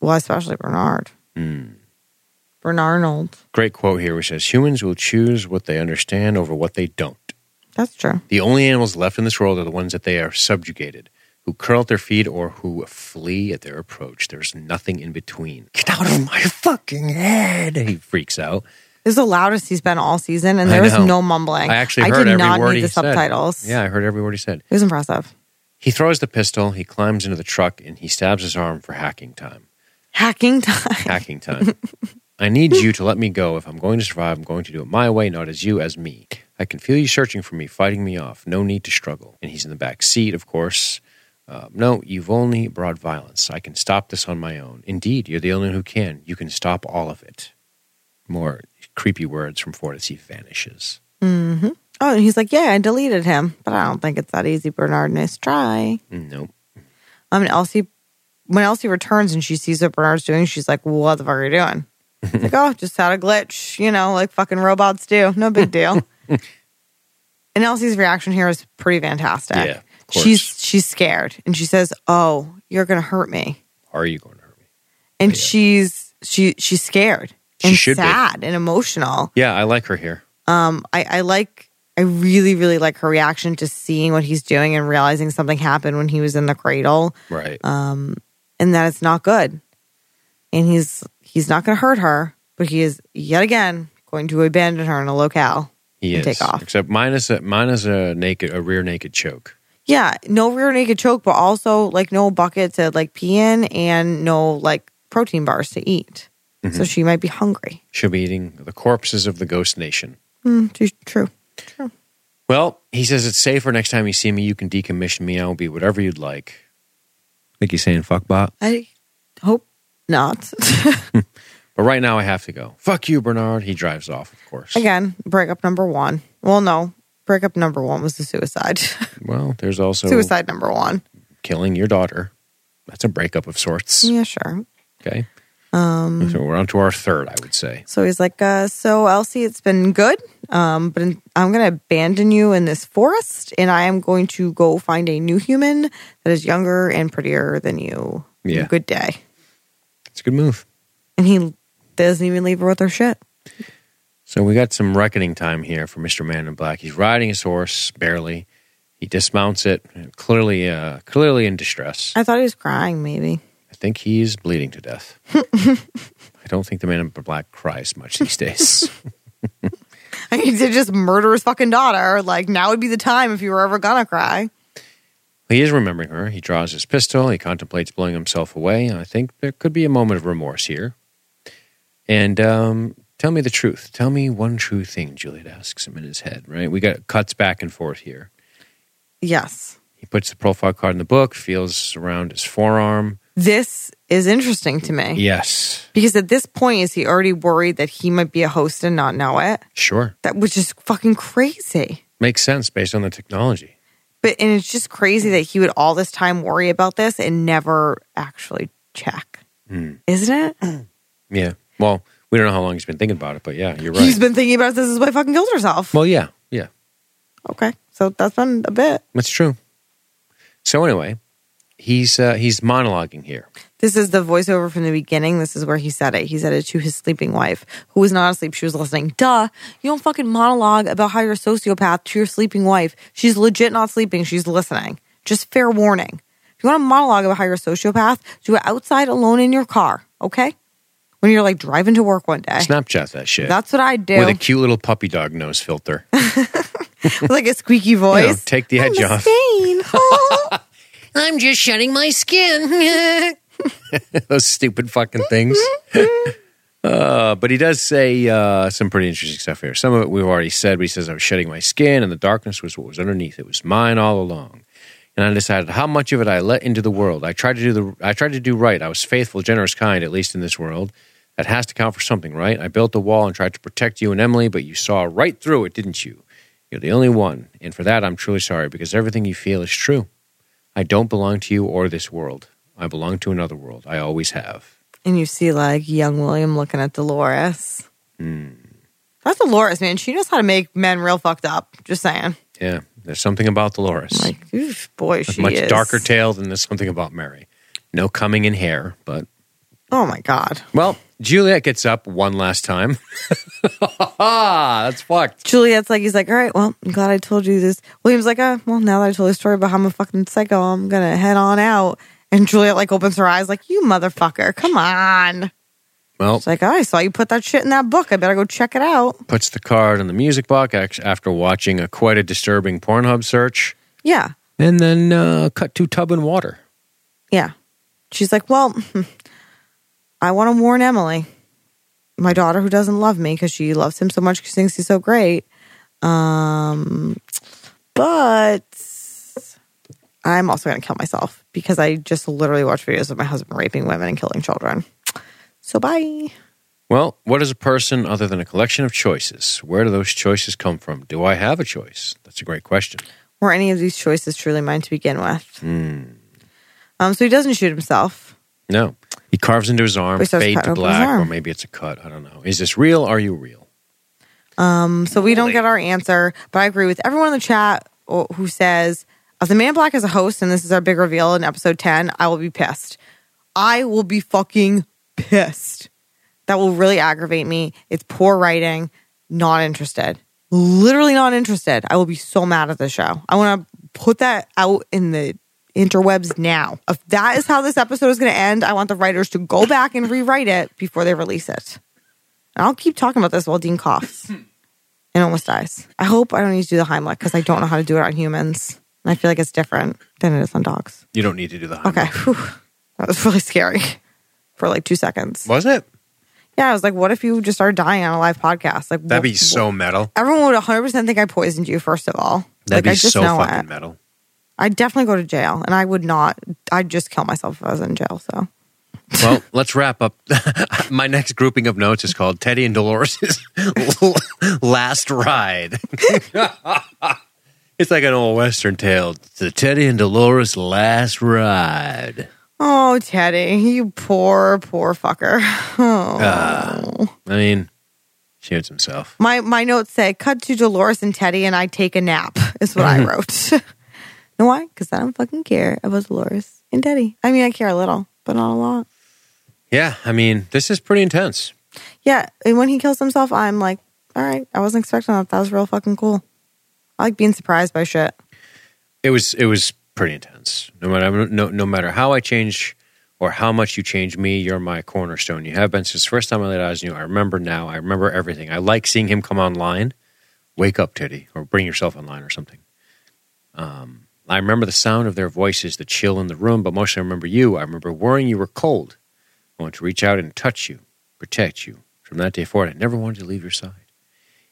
Speaker 2: Well, especially Bernard.
Speaker 1: Hmm.
Speaker 2: Bernard.
Speaker 1: Great quote here, which says humans will choose what they understand over what they don't.
Speaker 2: That's true.
Speaker 1: The only animals left in this world are the ones that they are subjugated, who curl at their feet or who flee at their approach. There's nothing in between. Get out of my fucking head! He freaks out.
Speaker 2: This is the loudest he's been all season, and
Speaker 1: I
Speaker 2: there was
Speaker 1: know.
Speaker 2: no mumbling.
Speaker 1: I actually heard
Speaker 2: did
Speaker 1: every
Speaker 2: not
Speaker 1: word
Speaker 2: need
Speaker 1: he
Speaker 2: the subtitles.
Speaker 1: said. Yeah, I heard every word he said.
Speaker 2: it was impressive.
Speaker 1: He throws the pistol, he climbs into the truck, and he stabs his arm for hacking time.
Speaker 2: Hacking time.
Speaker 1: Hacking time. I need you to let me go. If I'm going to survive, I'm going to do it my way, not as you, as me. I can feel you searching for me, fighting me off. No need to struggle. And he's in the back seat, of course. Uh, no, you've only brought violence. I can stop this on my own. Indeed, you're the only one who can. You can stop all of it. More creepy words from Ford as he vanishes.
Speaker 2: hmm Oh, and he's like, "Yeah, I deleted him, but I don't think it's that easy." Bernard, nice try.
Speaker 1: Mm, Nope.
Speaker 2: Um, and Elsie, when Elsie returns and she sees what Bernard's doing, she's like, "What the fuck are you doing?" It's like, "Oh, just had a glitch, you know, like fucking robots do. No big deal." and Elsie's reaction here is pretty fantastic.
Speaker 1: Yeah, of course.
Speaker 2: she's she's scared, and she says, "Oh, you're gonna hurt me,"
Speaker 1: Are you going to hurt me?
Speaker 2: and she's she she's scared
Speaker 1: She
Speaker 2: and
Speaker 1: should be.
Speaker 2: sad and emotional.
Speaker 1: Yeah, I like her here.
Speaker 2: Um, I, I like, I really, really like her reaction to seeing what he's doing and realizing something happened when he was in the cradle,
Speaker 1: Right.
Speaker 2: um, and that it's not good. And he's he's not going to hurt her, but he is yet again going to abandon her in a locale.
Speaker 1: he is.
Speaker 2: and take off.
Speaker 1: Except minus a, minus a naked, a rear naked choke.
Speaker 2: Yeah, no rear naked choke, but also like no bucket to like pee in and no like protein bars to eat. So she might be hungry.
Speaker 1: She'll be eating the corpses of the ghost nation.
Speaker 2: Hmm, tr- true.
Speaker 1: Well, he says it's safer next time you see me. You can decommission me. I will be whatever you'd like. I think he's saying fuck bot.
Speaker 2: I hope not.
Speaker 1: But right now I have to go. Fuck you, Bernard. He drives off, of course.
Speaker 2: Again, breakup number one. Well, no, breakup number one was the suicide.
Speaker 1: Well, there's also
Speaker 2: suicide number one.
Speaker 1: killing your daughter. That's a breakup of sorts.
Speaker 2: Yeah, sure.
Speaker 1: Okay. Um, so we're on to our third, I would say.
Speaker 2: So he's like, uh, so Elsie, it's been good, um, but I'm going to abandon you in this forest, and I am going to go find a new human that is younger and prettier than you.
Speaker 1: Yeah.
Speaker 2: Good day.
Speaker 1: It's a good move.
Speaker 2: And he doesn't even leave her with her shit.
Speaker 1: So we got some reckoning time here for Mr. Man in Black. He's riding his horse barely. He dismounts it, clearly, uh, clearly in distress.
Speaker 2: I thought he was crying, maybe.
Speaker 1: I think he's bleeding to death. I don't think the man in black cries much these days.
Speaker 2: I mean, he did just murder his fucking daughter. Like, now would be the time if you were ever going to cry.
Speaker 1: he is remembering her. He draws his pistol. He contemplates blowing himself away. I think there could be a moment of remorse here. And um, tell me the truth. Tell me one true thing, Juliet asks him in his head, right? We got cuts back and forth here.
Speaker 2: Yes.
Speaker 1: He puts the profile card in the book, feels around his forearm.
Speaker 2: This is interesting to me.
Speaker 1: Yes,
Speaker 2: Because at this point, is he already worried that he might be a host and not know it?
Speaker 1: sure.
Speaker 2: That which is fucking crazy.
Speaker 1: Makes sense based on the technology.
Speaker 2: But and it's just crazy that he would all this time worry about this and never actually check,
Speaker 1: Hmm.
Speaker 2: isn't it?
Speaker 1: Yeah. Well, we don't know how long he's been thinking about it, but yeah, you're right.
Speaker 2: He's been thinking about this is why fucking killed herself.
Speaker 1: well, yeah, yeah.
Speaker 2: Okay, so that's been a bit.
Speaker 1: That's true. So anyway, he's uh, he's monologuing here.
Speaker 2: This is the voiceover from the beginning. This is where he said it. He said it to his sleeping wife, who was not asleep. She was listening. Duh. You don't fucking monologue about how you're a sociopath to your sleeping wife. She's legit not sleeping. She's listening. Just fair warning. If you want to monologue about how you're a sociopath, do it outside alone in your car, okay? When you're like driving to work one day.
Speaker 1: Snapchat that shit
Speaker 2: That's what I do.
Speaker 1: with a cute little puppy dog nose filter. You
Speaker 2: With, like a squeaky voice.
Speaker 1: know, take the edge
Speaker 2: I'm a
Speaker 1: off.
Speaker 2: stain. Oh.
Speaker 1: I'm just shedding my skin. Those stupid fucking things. uh, but he does say uh, some pretty interesting stuff here. Some of it we've already said, but he says, I was shedding my skin, and the darkness was what was underneath. It was mine all along. And I decided how much of it I let into the world. I tried to do the I tried to do right. I was faithful, generous, kind, at least in this world. That has to count for something, right? I built a wall and tried to protect you and Emily, but you saw right through it, didn't you? You're the only one. And for that I'm truly sorry, because everything you feel is true. I don't belong to you or this world. I belong to another world. I always have.
Speaker 2: and you see like young William looking at Dolores.
Speaker 1: Hmm.
Speaker 2: That's Dolores, man. She knows how to make men real fucked up. Just saying.
Speaker 1: Yeah, there's something about Dolores.
Speaker 2: Like, oof, boy,
Speaker 1: a
Speaker 2: she
Speaker 1: much
Speaker 2: is.
Speaker 1: darker tale than there's something about Mary. No coming in hair, but
Speaker 2: oh my god,
Speaker 1: well, Juliet gets up one last time. That's fucked.
Speaker 2: Juliet's like, he's like, all right, well, I'm glad I told you this. William's like, uh, well, now that I told the story about how I'm a fucking psycho, I'm gonna head on out. And Juliet like opens her eyes, like, you motherfucker, come on.
Speaker 1: Well,
Speaker 2: She's like, oh, I saw you put that shit in that book. I better go check it out.
Speaker 1: puts the card in the music box act- after watching a quite a disturbing Pornhub search,
Speaker 2: Yeah,
Speaker 1: and then uh, cut to tub and water.
Speaker 2: yeah. She's like, well, I want to warn Emily, my daughter who doesn't love me because she loves him so much. She thinks he's so great. Um, but I'm also going to kill myself because I just literally watch videos of my husband raping women and killing children. So bye.
Speaker 1: Well, what is a person other than a collection of choices? Where do those choices come from? Do I have a choice? That's a great question.
Speaker 2: Were any of these choices truly mine to begin with? Um, so he doesn't shoot himself.
Speaker 1: No. He carves into his arm,
Speaker 2: But he starts
Speaker 1: fade
Speaker 2: cutting
Speaker 1: to
Speaker 2: open his
Speaker 1: black,
Speaker 2: arm.
Speaker 1: or maybe it's a cut. I don't know. Is this real? Are you real?
Speaker 2: Um, so we don't get our answer, but I agree with everyone in the chat o- who says, as the man in black as a host, and this is our big reveal in episode 10, I will be pissed. I will be fucking pissed. That will really aggravate me. It's poor writing. Not interested. Literally not interested. I will be so mad at the show. I want to put that out in the interwebs now. If that is how this episode is going to end, I want the writers to go back and rewrite it before they release it. And I'll keep talking about this while Dean coughs and almost dies. I hope I don't need to do the Heimlich because I don't know how to do it on humans. And I feel like it's different than it is on dogs.
Speaker 1: You don't need to do the
Speaker 2: Okay. whew. That was really scary for like two seconds.
Speaker 1: Was it?
Speaker 2: Yeah, I was like, what if you just started dying on a live podcast? Like,
Speaker 1: That'd be
Speaker 2: wh-
Speaker 1: so metal.
Speaker 2: Everyone would 100% think I poisoned you, first of all.
Speaker 1: That'd
Speaker 2: like,
Speaker 1: be
Speaker 2: I just
Speaker 1: so
Speaker 2: know
Speaker 1: fucking
Speaker 2: it.
Speaker 1: metal.
Speaker 2: I'd definitely go to jail and I would not, I'd just kill myself if I was in jail. So,
Speaker 1: Well, let's wrap up. My next grouping of notes is called Teddy and Dolores' Last Ride. it's like an old Western tale. The Teddy and Dolores' Last Ride.
Speaker 2: oh, Teddy, you poor, poor fucker. Oh.
Speaker 1: Uh, I mean, shoots himself.
Speaker 2: My my notes say cut to Dolores and Teddy and I take a nap is what I wrote. know why? Because I don't fucking care about Dolores and Teddy. I mean I care a little, but not a lot.
Speaker 1: Yeah, I mean, this is pretty intense.
Speaker 2: Yeah, and when he kills himself, I'm like, all right, I wasn't expecting that. That was real fucking cool. I like being surprised by shit.
Speaker 1: it was it was pretty intense. No matter no, no matter how I change or how much you change me, you're my cornerstone. You have been since the first time I laid eyes on you. I remember now. I remember everything. I like seeing him come online. Wake up, Teddy, or bring yourself online or something. Um, I remember the sound of their voices, the chill in the room, but mostly I remember you. I remember worrying you were cold. I want to reach out and touch you, protect you. From that day forward, I never wanted to leave your side.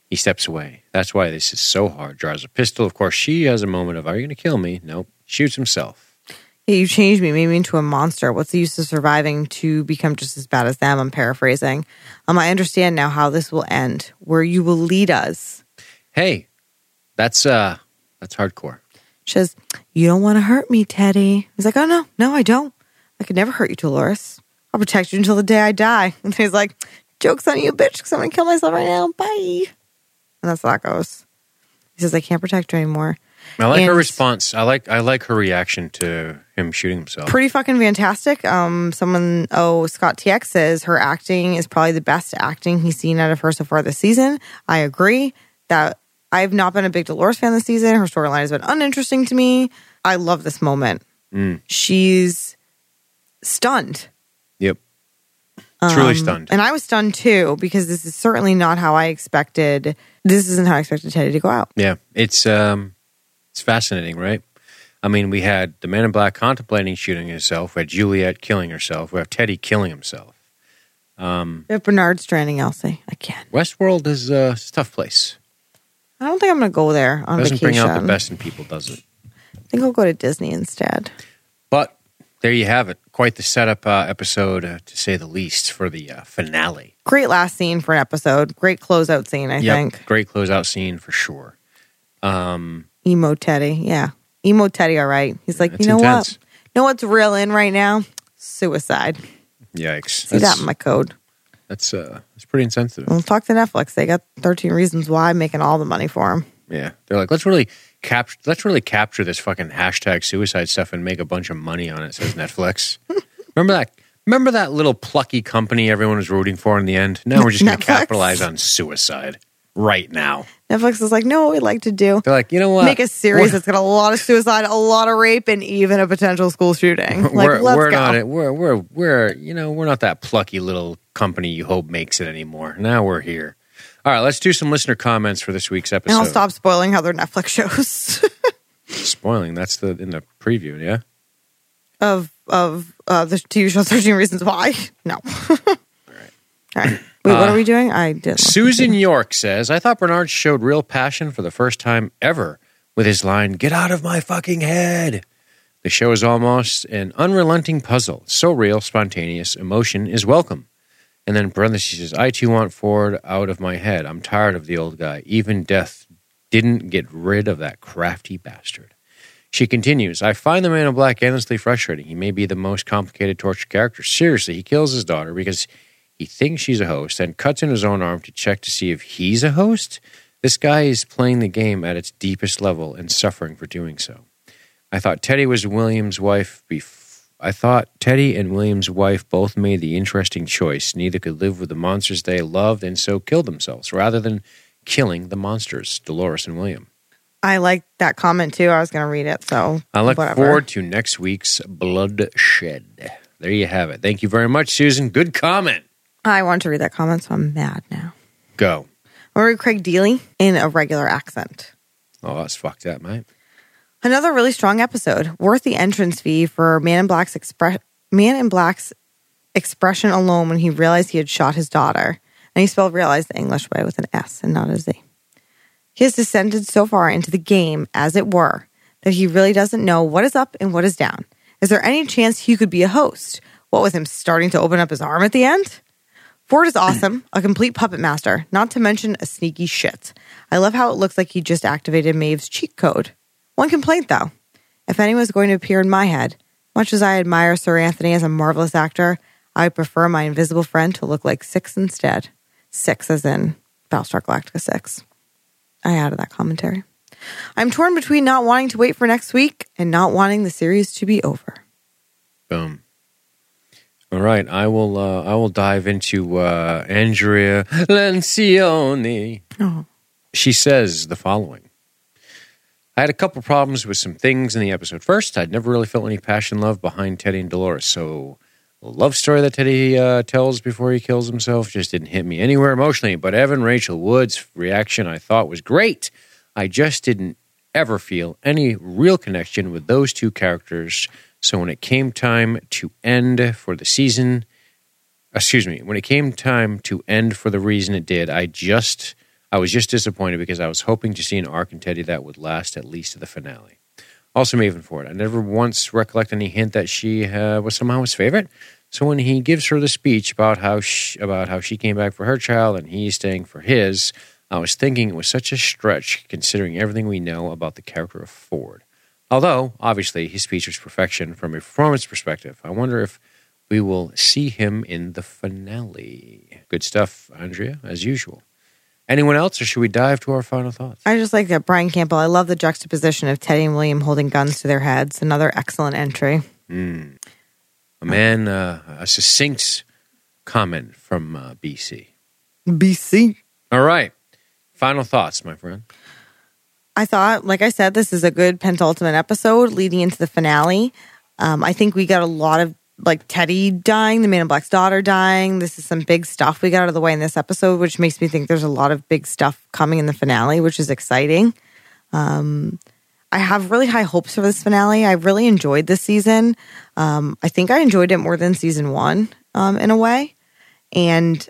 Speaker 1: He steps away. That's why this is so hard. Draws a pistol. Of course, she has a moment of, Are you going to kill me? Nope. Shoots himself.
Speaker 2: Yeah, you changed me, made me into a monster. What's the use of surviving to become just as bad as them? I'm paraphrasing. Um, I understand now how this will end, where you will lead us.
Speaker 1: Hey, that's uh, that's hardcore.
Speaker 2: She says, You don't want to hurt me, Teddy. He's like, Oh, no, no, I don't. I could never hurt you, Dolores. I'll protect you until the day I die. And he's like, Joke's on you, bitch, because I'm going to kill myself right now. Bye. And that's how that goes. He says, I can't protect you anymore.
Speaker 1: I like her
Speaker 2: And-
Speaker 1: response. I like I like her reaction to him shooting himself.
Speaker 2: pretty fucking fantastic. Um, someone, oh, Scott TX says her acting is probably the best acting he's seen out of her so far this season. I agree that I've not been a big Dolores fan this season. Her storyline has been uninteresting to me. I love this moment.
Speaker 1: Mm.
Speaker 2: She's stunned.
Speaker 1: Yep. Truly
Speaker 2: Um,
Speaker 1: stunned.
Speaker 2: And I was stunned too because this is certainly not how I expected. This isn't how I expected Teddy to go out.
Speaker 1: Yeah, it's um, it's fascinating, right? I mean, we had the Man in Black contemplating shooting himself. We had Juliet killing herself. We have Teddy killing himself. Um,
Speaker 2: If Bernard's stranding Elsie again,
Speaker 1: Westworld is uh, it's a tough place.
Speaker 2: I don't think I'm going to go there on
Speaker 1: Doesn't bring
Speaker 2: vacation.
Speaker 1: out the best in people, does it?
Speaker 2: I think I'll go to Disney instead.
Speaker 1: But there you have it. Quite the setup uh, episode, uh, to say the least, for the uh, finale.
Speaker 2: great last scene for an episode. Great closeout scene, I
Speaker 1: Yep,
Speaker 2: think.
Speaker 1: great closeout scene for sure. Um,
Speaker 2: Emo Teddy, yeah, emo Teddy. All right, he's like,
Speaker 1: That's
Speaker 2: you know
Speaker 1: intense.
Speaker 2: what? You know what's real in right now? Suicide.
Speaker 1: yikes!
Speaker 2: See
Speaker 1: That's
Speaker 2: that in my code.
Speaker 1: that's, uh, that's pretty insensitive.
Speaker 2: We'll talk to Netflix. They got thirteen reasons why making all the money for him.
Speaker 1: Yeah, they're like, let's really capture, let's really capture this fucking hashtag suicide stuff and make a bunch of money on it. Says Netflix. remember that? Remember that little plucky company everyone was rooting for in the end? Now we're just going
Speaker 2: Netflix.
Speaker 1: to capitalize on suicide right now.
Speaker 2: Netflix is like, no, what we'd like to do
Speaker 1: They're like, you know what?
Speaker 2: make a
Speaker 1: We're,
Speaker 2: series that's got a lot of suicide, a lot of rape, and even a potential school shooting. Like,
Speaker 1: we're,
Speaker 2: let's
Speaker 1: we're
Speaker 2: go.
Speaker 1: not. We're we're we're you know we're not that plucky little company you hope makes it anymore. Now we're here. All right, let's do some listener comments for this week's episode.
Speaker 2: and I'll stop spoiling other Netflix shows
Speaker 1: spoiling. That's the in the preview. Yeah.
Speaker 2: of of uh, the TV show Thirteen Reasons Why. No. all right. All right. Wait, what are we doing? I didn't.
Speaker 1: Susan York says, I thought Bernard showed real passion for the first time ever with his line, Get out of my fucking head. The show is almost an unrelenting puzzle. So real, spontaneous, emotion is welcome. And then parentheses says, I too want Ford out of my head. I'm tired of the old guy. Even death didn't get rid of that crafty bastard. She continues, I find the man in black endlessly frustrating. He may be the most complicated torture character. Seriously, he kills his daughter because he thinks she's a host, then cuts in his own arm to check to see if he's a host. This guy is playing the game at its deepest level and suffering for doing so. I thought Teddy was William's wife. Bef- I thought Teddy and William's wife both made the interesting choice. Neither could live with the monsters they loved and so killed themselves rather than killing the monsters, Dolores and William.
Speaker 2: I like that comment too. I was going to read it. So
Speaker 1: I look
Speaker 2: whatever.
Speaker 1: forward to next week's bloodshed. There you have it. Thank you very much, Susan. Good comment.
Speaker 2: I want to read that comment, so I'm mad now.
Speaker 1: Go.
Speaker 2: I'm gonna read Craig Deely in a regular accent.
Speaker 1: Oh, that's fucked up, mate.
Speaker 2: Another really strong episode, worth the entrance fee for Man in Black's express. Man in Black's expression alone when he realized he had shot his daughter, and he spelled "realized" the English way with an S and not a Z. He has descended so far into the game, as it were, that he really doesn't know what is up and what is down. Is there any chance he could be a host? What with him starting to open up his arm at the end? Ford is awesome, a complete puppet master, not to mention a sneaky shit. I love how it looks like he just activated Maeve's cheat code. One complaint though. If anyone's going to appear in my head, much as I admire Sir Anthony as a marvelous actor, I would prefer my invisible friend to look like Six instead. Six as in Battlestar Galactica 6. I added that commentary. I'm torn between not wanting to wait for next week and not wanting the series to be over.
Speaker 1: Boom. All right, I will. Uh, I will dive into uh, Andrea Lencioni.
Speaker 2: Oh.
Speaker 1: She says the following: I had a couple problems with some things in the episode. First, I'd never really felt any passion, love behind Teddy and Dolores. So, the love story that Teddy uh, tells before he kills himself just didn't hit me anywhere emotionally. But Evan Rachel Wood's reaction, I thought, was great. I just didn't ever feel any real connection with those two characters. So when it came time to end for the season, excuse me, when it came time to end for the reason it did, I just I was just disappointed because I was hoping to see an arc in Teddy that would last at least to the finale. Also, Maven Ford. I never once recollect any hint that she uh, was somehow his favorite. So when he gives her the speech about how she, about how she came back for her child and he's staying for his, I was thinking it was such a stretch considering everything we know about the character of Ford. Although obviously his speech was perfection from a performance perspective, I wonder if we will see him in the finale. Good stuff, Andrea, as usual. Anyone else, or should we dive to our final thoughts?
Speaker 2: I just like that Brian Campbell. I love the juxtaposition of Teddy and William holding guns to their heads. Another excellent entry.
Speaker 1: Hmm. A man, uh, a succinct comment from uh, BC.
Speaker 2: BC.
Speaker 1: All right. Final thoughts, my friend.
Speaker 2: I thought, like I said, this is a good penultimate episode leading into the finale. Um, I think we got a lot of like Teddy dying, the man in black's daughter dying. This is some big stuff we got out of the way in this episode, which makes me think there's a lot of big stuff coming in the finale, which is exciting. Um, I have really high hopes for this finale. I really enjoyed this season. Um, I think I enjoyed it more than season one um, in a way. And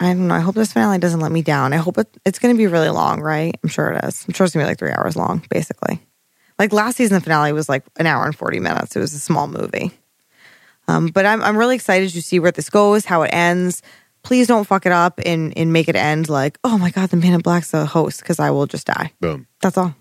Speaker 2: I don't know. I hope this finale doesn't let me down. I hope it, it's going to be really long, right? I'm sure it is. I'm sure it's going to be like three hours long, basically. Like last season, the finale was like an hour and 40 minutes. It was a small movie. Um, but I'm, I'm really excited to see where this goes, how it ends. Please don't fuck it up and, and make it end like, oh my God, the man in black's the host because I will just die.
Speaker 1: Boom.
Speaker 2: That's all.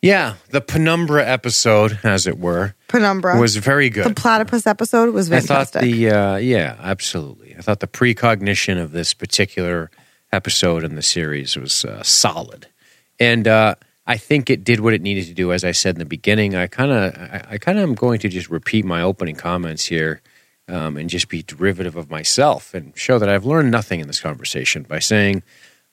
Speaker 1: Yeah, the penumbra episode, as it were,
Speaker 2: Penumbra.
Speaker 1: was very
Speaker 2: the
Speaker 1: good.
Speaker 2: platypus episode was
Speaker 1: I thought
Speaker 2: fantastic.
Speaker 1: the uh, yeah, absolutely. I thought the precognition of this particular episode in the series was uh, solid, and uh, I think it did what it needed to do. As I said in the beginning, I kind of, I, I kind of am going to just repeat my opening comments here, um, and just be derivative of myself and show that I've learned nothing in this conversation by saying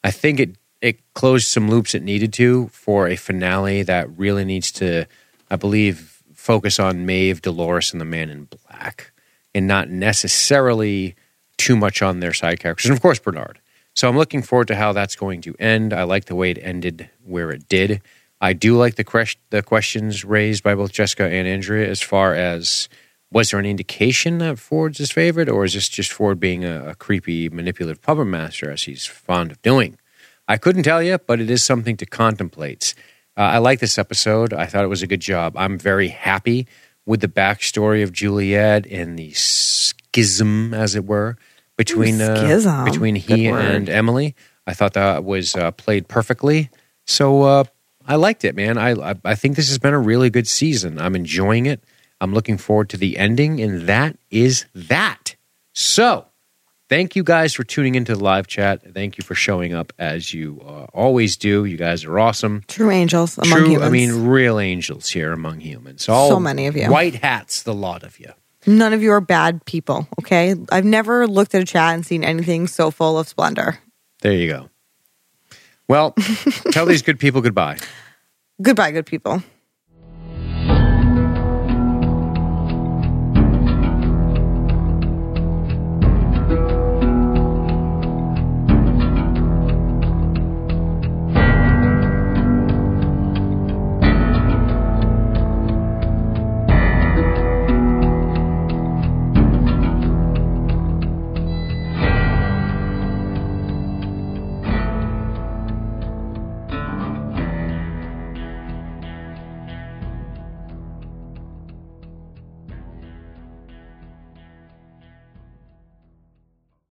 Speaker 1: I think it it closed some loops it needed to for a finale that really needs to, I believe, focus on Maeve, Dolores, and the Man in Black, and not necessarily too much on their side characters, and of course Bernard. So I'm looking forward to how that's going to end. I like the way it ended where it did. I do like the cres- the questions raised by both Jessica and Andrea as far as was there any indication that Ford's his favorite, or is this just Ford being a, a creepy, manipulative puppet master as he's fond of doing? I couldn't tell you, but it is something to contemplate. Uh, I like this episode. I thought it was a good job. I'm very happy with the backstory of Juliet and the schism, as it were, between uh,
Speaker 2: schism.
Speaker 1: between he
Speaker 2: Good word.
Speaker 1: and Emily. I thought that was uh, played perfectly. So uh, I liked it, man. I, I I think this has been a really good season. I'm enjoying it. I'm looking forward to the ending, and that is that. So. Thank you guys for tuning into the live chat. Thank you for showing up as you uh, always do. You guys are awesome.
Speaker 2: True angels among
Speaker 1: True,
Speaker 2: humans.
Speaker 1: I mean, real angels here among humans. All
Speaker 2: So many of you.
Speaker 1: White hats, the lot of you.
Speaker 2: None of you are bad people, okay? I've never looked at a chat and seen anything so full of splendor.
Speaker 1: There you go. Well, tell these good people goodbye.
Speaker 2: Goodbye, good people.